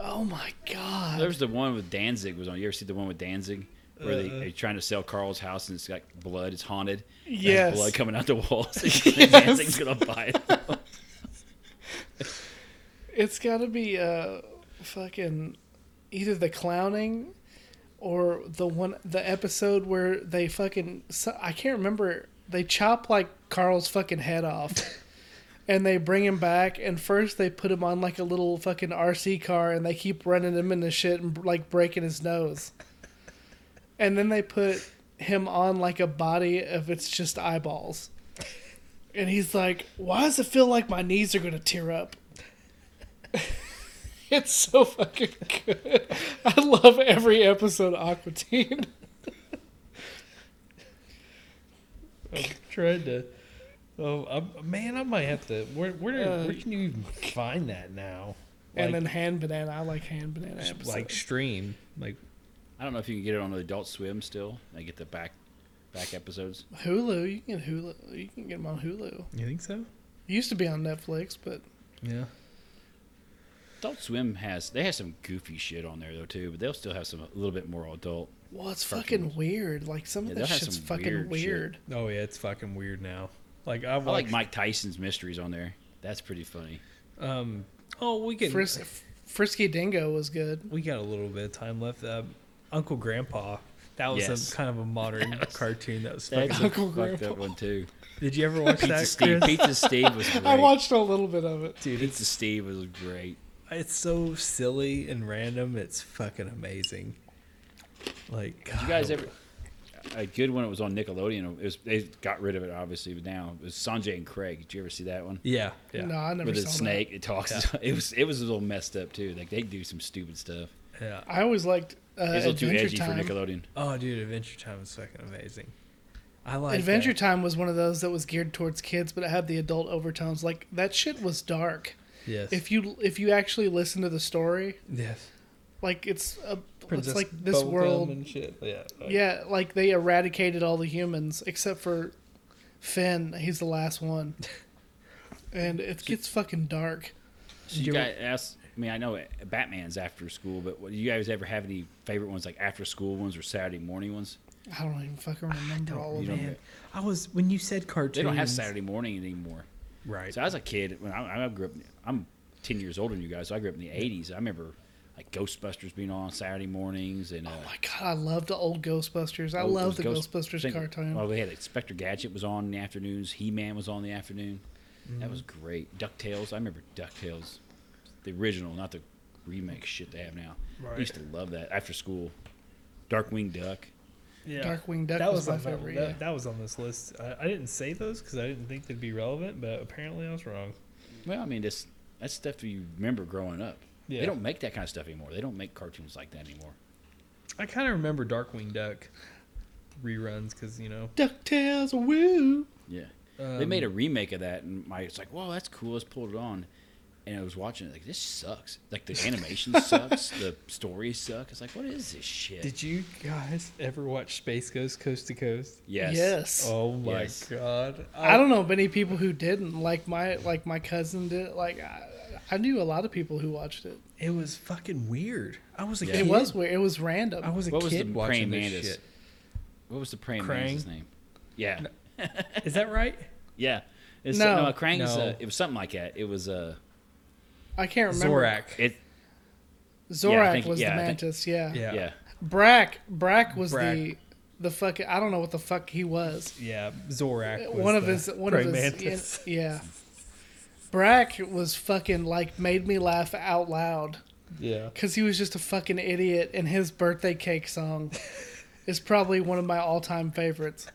Oh my There god. was the one with Danzig was on. You ever see the one with Danzig where they, Uh-uh. they're trying to sell Carl's house and it's got blood. It's haunted. There's Yes. blood coming out the walls. Yes. Danzig's gonna buy it. It's gotta be uh fucking either the clowning or the one the episode where they fucking so- I can't remember they chop like Carl's fucking head off. And they bring him back, and first they put him on like a little fucking RC car, and they keep running him into shit and like breaking his nose. And then they put him on like a body of it's just eyeballs. And he's like, Why does it feel like my knees are gonna tear up? it's so fucking good. I love every episode of Aqua Teen. I'm trying to. Oh, I'm, man, I might have to. Where where, Uh, where can you even find that now? Like, and then hand banana. I like hand banana episodes. like stream, like I don't know if you can get it on the Adult Swim still. I get the back back episodes. Hulu, you can Hulu. You can get them on Hulu. It you think so? used to be on Netflix, but Yeah. Adult Swim has they have some goofy shit on there though too, but they'll still have some a little bit more adult. well, it's Fucking- fucking weird. Like some Yeah, of they'll that have shit's some fucking weird. weird shit. Oh yeah, it's fucking weird now. Like I've I like like Mike Tyson's mysteries on there. That's pretty funny. um. Oh, we can. Fris- Frisky Dingo was good. we got a little bit of time left. Uh, Uncle Grandpa. That was Yes. a, kind of a modern cartoon. That was That's fucking. a Uncle fucked Grandpa. up one too. Did you ever watch Pizza that, Steve. Chris? Pizza Steve was great. I watched a little bit of it. Dude, Pizza it's Steve was great. it's so silly and random. It's fucking amazing. Like God, You guys ever a good one? It was on Nickelodeon. It was they got rid of it obviously, but now it was Sanjay and Craig. Did you ever see that one? Yeah. Yeah. No, I never With saw a that. snake, it talks. Yeah. It was it was a little messed up too. Like they do some stupid stuff. Yeah. I always liked uh, It's a little too Adventure edgy Time. for Nickelodeon. Oh, dude, Adventure Time is fucking amazing. I like Adventure That. Time was one of those that was geared towards kids, but it had the adult overtones. Like that shit was dark. Yes. If you if you actually listen to the story, yes. like it's a, Princess it's like this Bubblegum world. and shit. Yeah. like- yeah, like they eradicated all the humans except for Finn. He's the last one, and it gets fucking dark. So you Do you- guys ask. I mean, I know Batman's after school, but what, do you guys ever have any favorite ones, like after school ones or Saturday morning ones? I don't even fucking remember all Oh, of you don't- them. man. I was when you said cartoons. They don't have Saturday morning anymore. Right. So as a kid, when I, I grew up, I'm 10 years older than you guys. So I grew up in the 80s. I remember like Ghostbusters being on Saturday mornings and. Uh, Oh my god, I love the old Ghostbusters. I love the Oh, those Ghost- Ghostbusters think- Oh, cartoon. Well, we had Inspector Gadget was on in the afternoons. He Man was on in the afternoon. That was great. Ducktales. I remember Ducktales, the original, not the remake shit they have now. I Right. used to love that after school. Darkwing Duck. Yeah. Darkwing Duck that was was, my on that- favorite, That, yeah. that was on this list. I, I didn't say those because I didn't think they'd be relevant, but apparently I was wrong. Well, I mean, that's that's stuff you remember growing up. Yeah. They don't make that kind of stuff anymore. They don't make cartoons like that anymore. I kind of remember Darkwing Duck reruns because you know Ducktales, woo! Yeah. um, they made a remake of that, and my it's like, whoa, that's cool. Let's pull it on. And I was watching it, like, this sucks. Like, the animation sucks. The stories suck. It's like, what is this shit? Did you guys ever watch Space Ghost Coast to Coast? yes. yes. Oh my Yes. god! I don't know many people who didn't. Like my like my cousin did. Like I, I knew a lot of people who watched it. It was fucking weird. I was a Yeah. kid. It was weird. It was random. I was a What was kid the watching praying this mantis? shit. What was the praying man's Krang? name? Yeah. Is that right? Yeah. It's, No. no. no, Krang's, No. uh, it was something like that. It was, uh, I can't remember. Zorak. it, Zorak Yeah, I think- was yeah, the I think- mantis. yeah. yeah. yeah. yeah. Brack. Brack was Brack. the the fuck. I don't know what the fuck he was. Zorak. Was one of the his. One praying of his. mantis. Yeah. Brack was fucking like made me laugh out loud. Yeah. because he was just a fucking idiot, and his birthday cake song is probably one of my all-time favorites.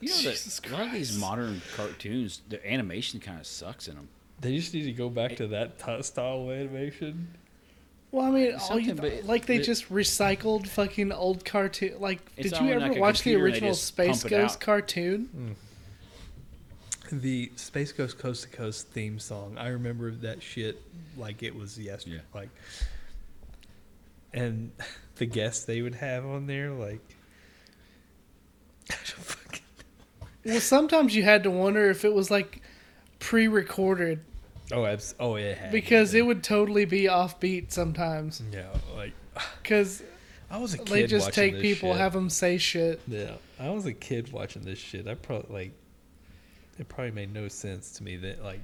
You know, Jesus that a lot of these modern cartoons, the animation kind of sucks in them. They just need to go back to that t- style of animation. Well, I mean, all you, Something, but it- like they it- just recycled fucking old cartoon. Like, It's did on, you ever like, a watch the computer, they original just Space pump it Ghost out. cartoon? The Space Ghost Coast to Coast theme song. I remember that shit like it was yesterday. Yeah. Like, and the guests they would have on there, like, I don't fucking- Well, sometimes you had to wonder if it was like pre-recorded oh, abs- oh, it had because it been. would totally be offbeat sometimes. yeah, like Because I was a kid. they just watching take this people, shit. have them say shit. Yeah, I was a kid watching this shit. I probably like it probably made no sense to me that like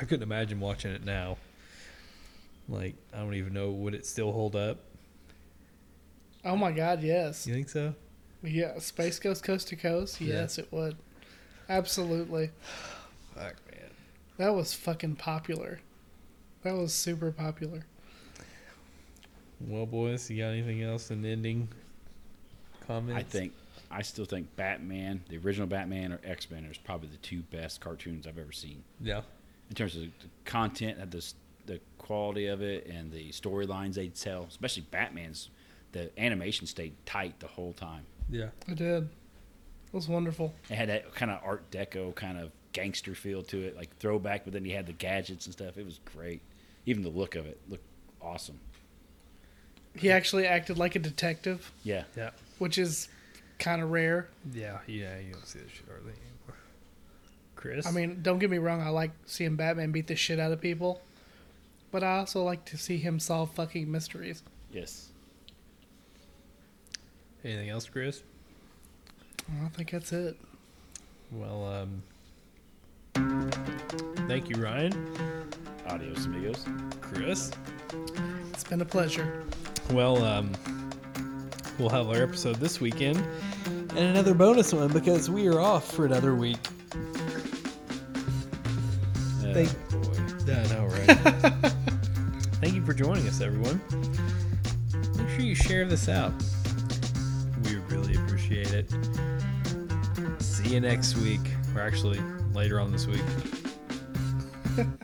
I couldn't imagine watching it now. Like I don't even know would it still hold up. Oh my god, yes, You think so? yeah, Space Ghost Coast to Coast, Yeah. yes, it would, absolutely. Fuck man. That was fucking popular. That was super popular. Well, boys, you got anything else in ending comments? I think I still think Batman, the original Batman or X Men, is probably the two best cartoons I've ever seen yeah, in terms of the content and the s- the quality of it and the storylines they tell. Especially Batman's, the animation stayed tight the whole time. yeah, I did. It was wonderful. It had that kind of Art Deco kind of gangster feel to it, like throwback. But then you had the gadgets and stuff. It was great. Even the look of it looked awesome. He actually acted like a detective, Yeah, yeah, which is kind of rare. yeah, yeah. You don't see this shit hardly anymore. Chris, I mean, don't get me wrong, I like seeing Batman beat the shit out of people, but I also like to see him solve fucking mysteries. yes. anything else, Chris? Well, I think that's it. Well, um, thank you, Ryan, Adios, amigos. Chris. It's been a pleasure. Well, um, we'll have our episode this weekend and another bonus one because we are off for another week. Thank- I know, right? Thank you for joining us, everyone. Make sure you share this out. We really appreciate it. See you next week, or actually later on this week.